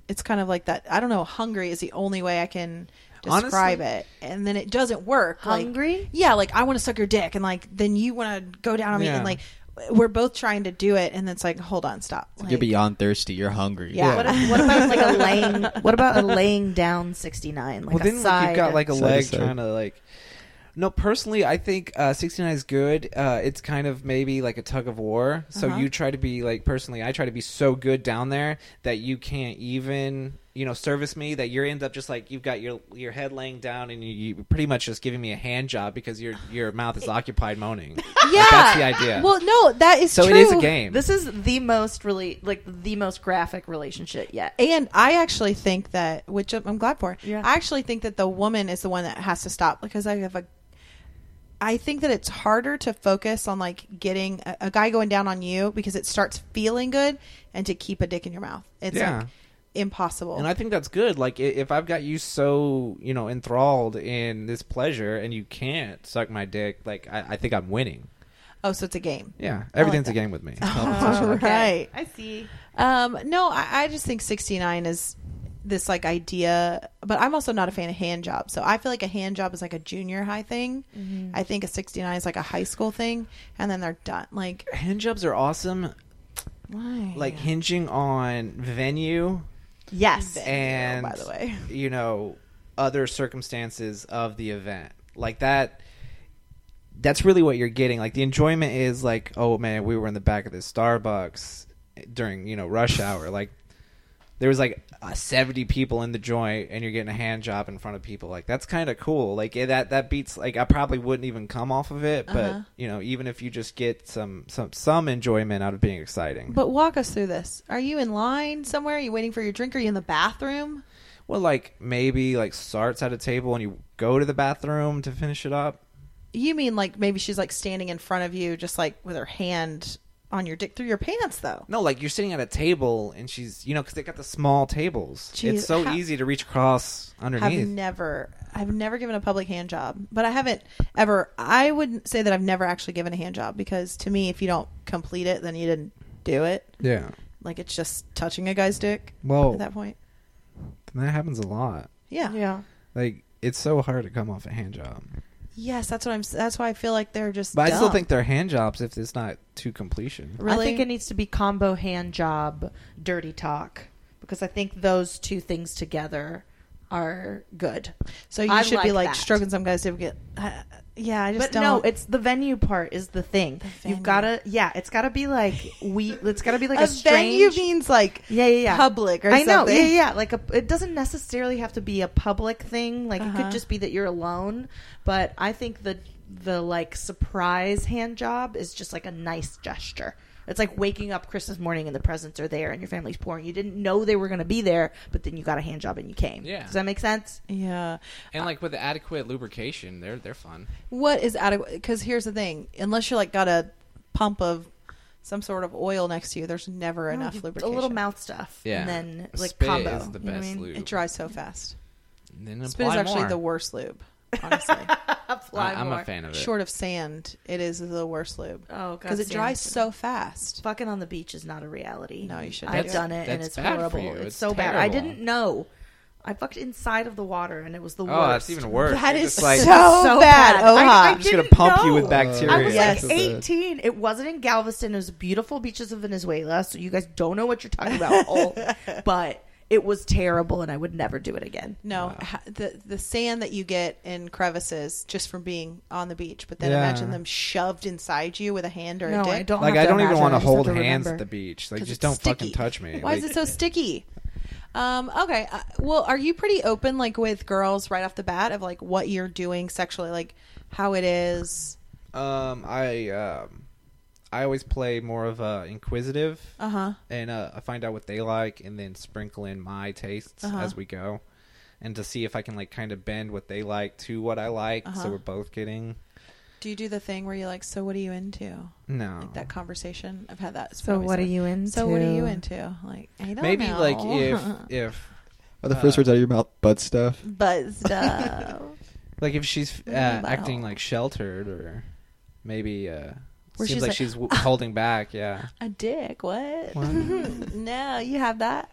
B: it's kind of like that. I don't know. Hungry is the only way I can describe
D: Honestly-
B: it, and then it doesn't work. like-
C: Hungry?
B: yeah. Like I want to suck your dick, and like then you want to go down on me,
D: Yeah.
B: and like we're both trying to do it, and it's like, hold on, stop. Like,
E: you're beyond thirsty. You're hungry.
C: Yeah.
E: <laughs>
C: What, if- what about
D: <laughs>
C: like a laying? What about a laying down sixty nine? Like
D: well,
C: a
D: then like,
C: side.
D: you've got like a
F: Side to
D: leg
F: side.
D: trying to like. No, personally, I think uh, 69 is good. Uh, it's kind of maybe like a tug of war. So you try to be like personally, I try to be so good down there that you can't even you know service me. That you end up just like you've got your your head laying down and you, you pretty much just giving me a hand job because your your mouth is occupied moaning. Like,
B: yeah.
D: that's the idea.
B: Well, no, that is
D: so
B: true.
D: it is a game.
C: this is the most really like the most graphic relationship yet.
B: And I actually think that, which I'm glad for.
C: Yeah.
B: I actually think that the woman is the one that has to stop because I have a. I think that it's harder to focus on like getting a, a guy going down on you because it starts feeling good, and to keep a dick in your mouth, it's
D: Yeah.
B: like impossible.
D: And I think that's good. Like i- if I've got you so you know enthralled in this pleasure, and you can't suck my dick, like I, I think I'm winning.
B: oh, so it's a game.
D: Yeah, everything's a game with me. Oh,
C: <laughs>
B: All right.
C: I see.
B: Um, no, I, I just think 69 is this like idea, but I'm also not a fan of hand job. So I feel like a hand job is like a junior high thing. I think a 69 is like a high school thing, and then they're done. Like,
D: Hand jobs are awesome.
B: why?
D: Like hinging on venue
C: Yes.
D: and
B: by the way. <laughs>
D: you know other circumstances of the event. Like that. That's really what you're getting. Like the enjoyment is like, oh man, we were in the back of this Starbucks during you know rush hour. Like there was like uh, 70 people in the joint and you're getting a hand job in front of people like that's kind of cool like eh, that that beats like i probably wouldn't even come off of it but
B: Uh-huh.
D: you know even if you just get some some some enjoyment out of being exciting
B: But walk us through this. Are you in line somewhere? Are you waiting for your drink? Are you in the bathroom?
D: well like maybe like starts at a table and you go to the bathroom to finish it up
B: You mean like maybe she's like standing in front of you, just like with her hand on your dick through your pants, though.
D: no like you're sitting at a table and she's you know because they got the small tables
B: Jeez,
D: it's so
B: how-
D: easy to reach across
B: I've
D: underneath
B: never I've never given a public hand job, but I haven't ever I would say that I've never actually given a hand job because to me if you don't complete it then you didn't do it.
D: yeah
B: Like it's just touching a guy's dick
D: Whoa.
B: at that point.
D: and that happens a lot
B: Yeah.
C: Yeah.
D: like it's so hard to come off a hand job
B: Yes, that's what I'm s- that's why I feel like they're just
D: But I still
B: dumb.
D: think they're hand jobs if it's not to completion.
B: really
C: I think it needs to be combo hand job, dirty talk, because I think those two things together are good.
B: so you
C: I
B: should be
C: like
B: like
C: that.
B: stroking some guy's dick get- I- yeah, I just
C: But
B: don't.
C: no, it's the venue part is the thing. You've
B: venue.
C: gotta, yeah, it's gotta be like we. It's gotta be like a,
B: a venue
C: strange.
B: means like
C: yeah, yeah, yeah.
B: public or
C: I know.
B: something.
C: Yeah, yeah. Like a, it doesn't necessarily have to be a public thing. Like it
B: Uh-huh.
C: could just be that you're alone. But I think the the like surprise hand job is just like a nice gesture. It's like waking up Christmas morning and the presents are there and your family's pouring. You didn't know they were going to be there, but then you got a hand job and you came.
D: Yeah.
C: Does that make sense?
B: yeah.
D: and like with adequate lubrication, they're they're fun.
B: What is adequate? Because here's the thing: unless you're like got a pump of some sort of oil next to you, there's never enough lubrication.
C: A little mouth stuff.
D: Yeah,
C: And then like
D: Spit
C: combo.
D: is the
C: You know what I
D: best
C: mean? <laughs>
D: lube.
B: It dries so fast.
D: And then
B: Spit is
D: apply
B: actually
D: more.
B: the worst
C: <laughs>
B: lube, honestly.
C: Apply
D: I, am
C: more.
D: a fan of it.
B: Short of sand, it is the worst lube
C: Oh, God.
B: because it
C: Sam.
B: dries so fast.
C: Fucking on the beach is not a reality.
B: No, you shouldn't
C: I've
B: do it.
C: done it, and
D: That's
C: it's
D: bad for
C: horrible.
D: you.
C: It's,
D: It's
C: so bad. I
D: terrible.
C: didn't know. I fucked inside of the water, and it was the worst.
D: oh, that's even worse.
B: That
D: You're
B: is
D: just like,
B: so,
C: So
B: bad.
C: bad.
B: Oh,
C: I-
B: hot.
C: I
F: just gonna
C: didn't
F: pump you
C: know.
F: with bacteria.
C: I was
B: Yes.
C: like 18. It wasn't in Galveston. It was beautiful beaches of Venezuela. So you guys don't know what you're talking about. all, but it was terrible, and I would never do it again.
B: No, ha- the the sand that you get in crevices just from being on the beach, but then
F: Yeah.
B: imagine them shoved inside you with a hand or a dick.
D: like
C: have
D: I don't even
C: imagine.
D: want
C: I just have
D: to hold
C: to
D: hands at
C: remember.
D: the beach.
B: 'Cause
D: Like, just
B: it's
D: don't fucking
B: sticky.
D: touch me.
B: Why
D: like,
B: is
D: <laughs>
B: it so sticky? Um, okay, uh, well, are you pretty open, like with girls right off the bat, of like what you're doing sexually, like how it is?
D: Um, I um, I always play more of a inquisitive,
B: Uh huh.
D: and uh, I find out what they like, and then sprinkle in my tastes
B: Uh-huh.
D: as we go, and to see if I can like kind of bend what they like to what I like,
B: Uh-huh.
D: so we're both getting
B: Do you do the thing where you're like, so what are you into?
D: no
B: Like that conversation. I've had that. It's
C: So
B: always
C: what are
B: like,
C: you into?
B: So what are you into? Like I don't
D: maybe
B: know.
D: like if
B: <laughs>
D: if
F: Are the first
D: Uh,
F: words out of your mouth butt stuff?
B: but stuff.
D: like if she's uh,
B: Wow.
D: acting like sheltered or maybe uh
B: Where
D: seems
B: she's
D: like,
B: like, <laughs>
D: she's w- holding back yeah
B: a dick. What? <laughs> no, you have that.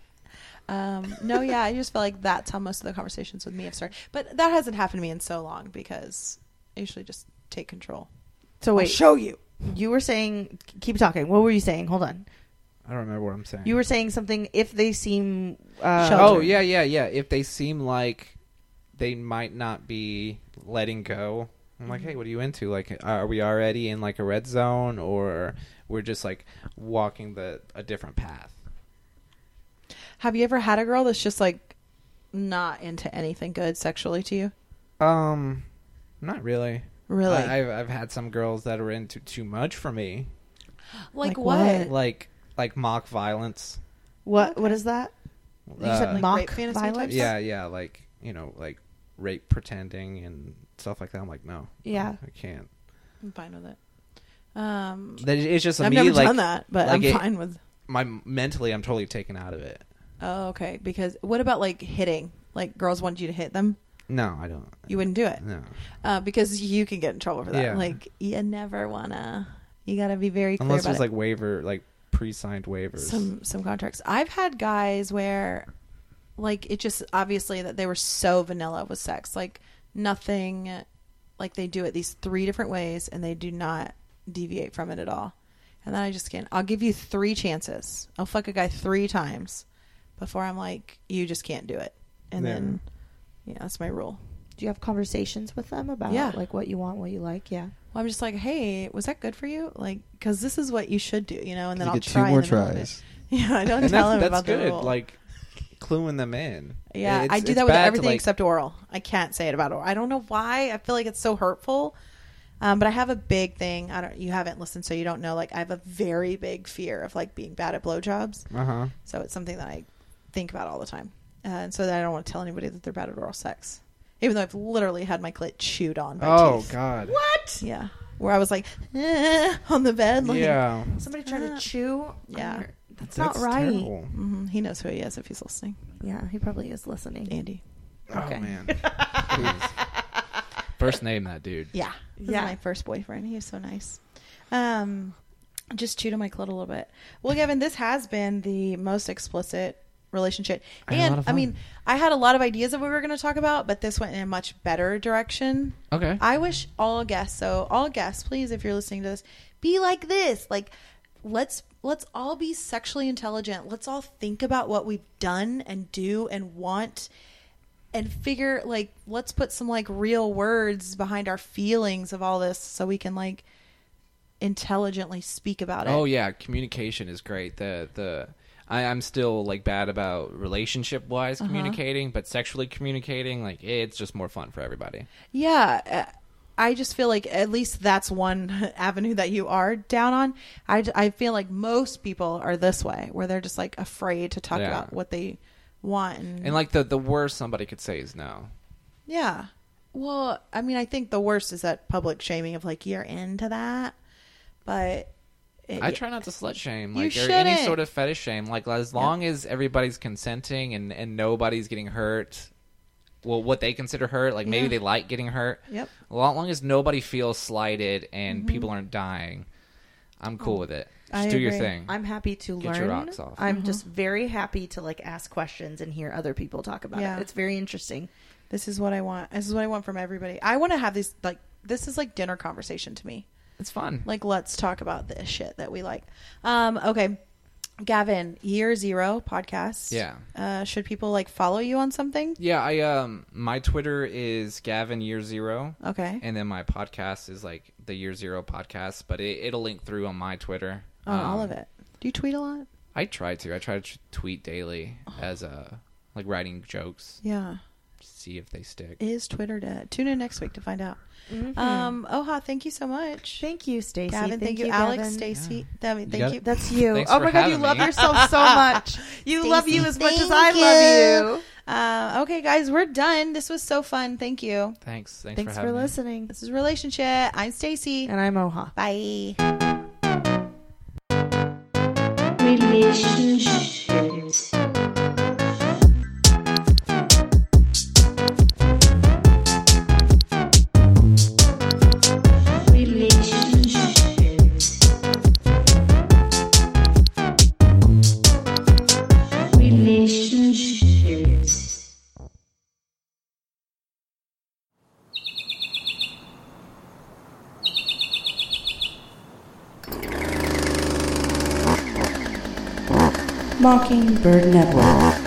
B: Um, no, yeah, I just feel like that's how most of the conversations with me have started. But that hasn't happened to me in so long because I usually just take control.
C: So
B: I'll
C: wait,
B: show you.
C: you were saying. Keep talking. What were you saying? Hold on.
D: I don't remember what I'm saying
C: You were saying something. If they seem. Uh,
D: oh yeah yeah yeah if they seem like they might not be letting go I'm like hey what are you into like uh, are we already in like a red zone or we're just like walking the a different path
B: Have you ever had a girl that's just like not into anything good sexually to you?
D: um not really
B: Really?
D: I, I've, I've had some girls that are into too much for me
B: like,
C: Like
B: what?
D: Eh.
C: what?
D: like like mock violence
C: What? What is that? You
D: Uh,
C: said
B: Like rape
C: mock
B: fantasy type
C: violence.
B: stuff?
D: yeah yeah like you know like rape pretending and stuff like that i'm like no
C: Yeah.
D: i can't
B: I'm fine with it. Um,
D: That- it's just
B: I've
D: me
B: never
D: like
B: done that, but
D: like
B: I'm
D: it-
B: fine with.
D: my mentally i'm totally taken out of it
B: Oh, okay. Because what about like hitting? Like girls want you to hit them.
D: no i don't
B: You wouldn't do it.
D: no
B: uh, because you can get in trouble for that.
D: Yeah.
B: Like you never wanna. You gotta be very clear
D: unless
B: about
D: there's
B: it.
D: like waiver like pre-signed waivers <laughs>
B: some some contracts. I've had guys where, like, it just obviously that they were so vanilla with sex, like nothing, like they do it these three different ways and they do not deviate from it at all. And then I just can't. I'll give you three chances. I'll fuck a guy three times before I'm like, you just can't do it. And
F: Yeah.
B: then, yeah, that's my rule.
C: Do you have conversations with them about
B: Yeah.
C: like what you want, what you like? Yeah.
B: Well, I'm just like, hey, was that good for you? Like, because this is what you should do, you know. And then
F: You
B: I'll
F: get two
B: try in
F: more
B: the middle of it.
F: tries.
B: <laughs> Yeah, I don't
D: and
B: tell
D: that's,
B: him
D: that's
B: about the
D: good
B: rule.
D: like cluing them in
B: yeah,
D: It's-
B: I do
D: it's
B: that with
D: bad to,
B: everything
D: like-
B: except oral. I can't say it about oral. I don't know why. I feel like it's so hurtful. Um, but I have a big thing. I don't. You haven't listened, so you don't know. Like, I have a very big fear of like being bad at blowjobs.
D: uh-huh
B: So it's something that I think about all the time, uh, and so that I don't want to tell anybody that they're bad at oral sex, even though I've literally had my clit chewed on. By
D: oh
B: teeth.
D: god
C: What?
B: Yeah, where I was like eh, on the bed. Like,
D: yeah
C: Somebody tried to
B: Uh,
C: chew. on
B: yeah.
C: your- That's,
D: that's
C: not right.
D: terrible.
B: Mhm, He knows who he is if he's listening.
C: Yeah, he probably is listening. <laughs>
B: Andy.
D: oh man
B: <laughs>
D: Please. first name that dude
B: Yeah. This
C: Yeah.
B: is my first boyfriend. He was so nice. Um, just chewed on my clit a little bit. Well, Gavin, this has been the most explicit relationship.
D: I had a lot
B: And I
D: of fun.
B: mean, I had a lot of ideas of what we were going to talk about, but this went in a much better direction.
D: okay
B: I wish all guests, so all guests, please, if you're listening to this, be like this. Like, let's let's all be sexually intelligent. Let's all think about what we've done and do and want, and figure like let's put some like real words behind our feelings of all this so we can like intelligently speak about it.
D: Oh yeah, communication is great. The the I, I'm still like bad about relationship wise
B: Uh-huh.
D: communicating, but sexually communicating, like it's just more fun for everybody.
B: Yeah, uh, I just feel like at least that's one <laughs> avenue that you are down on. I, d- I feel like most people are this way, where they're just like afraid to talk
D: Yeah.
B: about what they want. And,
D: And like the the worst somebody could say is no.
B: yeah. Well, I mean, I think the worst is that public shaming of like you're into that, but it,
D: I try not to slut shame,
B: You
D: like or any
B: shouldn't.
D: sort of fetish shame. Like as long as everybody's consenting and and nobody's getting hurt. Well, what they consider hurt, like maybe
B: Yeah.
D: they like getting hurt.
B: Yep. Mm-hmm.
D: As long as nobody feels slighted and people aren't dying, I'm cool with it. Just
B: Oh, I
D: do your
B: agree.
D: thing.
C: I'm happy to
D: Get
C: learn.
D: your rocks off.
C: I'm just very happy to like ask questions and hear other people talk about
B: Yeah.
C: it. It's very interesting.
B: this is what I want. This is what I want from everybody. I want to have these like this is like dinner conversation to me.
D: it's fun.
B: Like, let's talk about this shit that we like. Um, okay. Gavin, year zero podcast.
D: Yeah.
B: Uh, should people like follow you on something?
D: Yeah, I um my Twitter is Gavin Year Zero.
B: Okay.
D: And then my podcast is like the Year Zero podcast, but it, it'll link through on my Twitter.
B: on
D: Um,
B: Oh, all of it. Do you tweet a lot?
D: I try to. I try to t- tweet daily as a like writing jokes,
B: Yeah.
D: see if they stick.
B: Is Twitter dead? Tune in next week to find out. Um, Oha, thank you so much.
C: Hmm. Thank you, Stacy.
B: Gavin, thank, you, Alex, Stacy, Debbie, thank
E: got
B: you.
D: <laughs>
E: it.
C: That's you.
D: Thanks
C: oh
D: for
C: my god, you
D: having
C: love
D: me.
B: <laughs>
C: yourself so much. You love you as much as I love you.
B: Uh, okay, guys, we're done. This was so fun. Thank you.
D: Thanks. Thanks,
C: Thanks
D: for
C: for
D: having me.
C: listening.
B: This is Relationship. I'm Stacy.
C: And I'm Oha.
B: Bye.
A: relationships. Relationships. Relationships.
G: Mockingbird Network.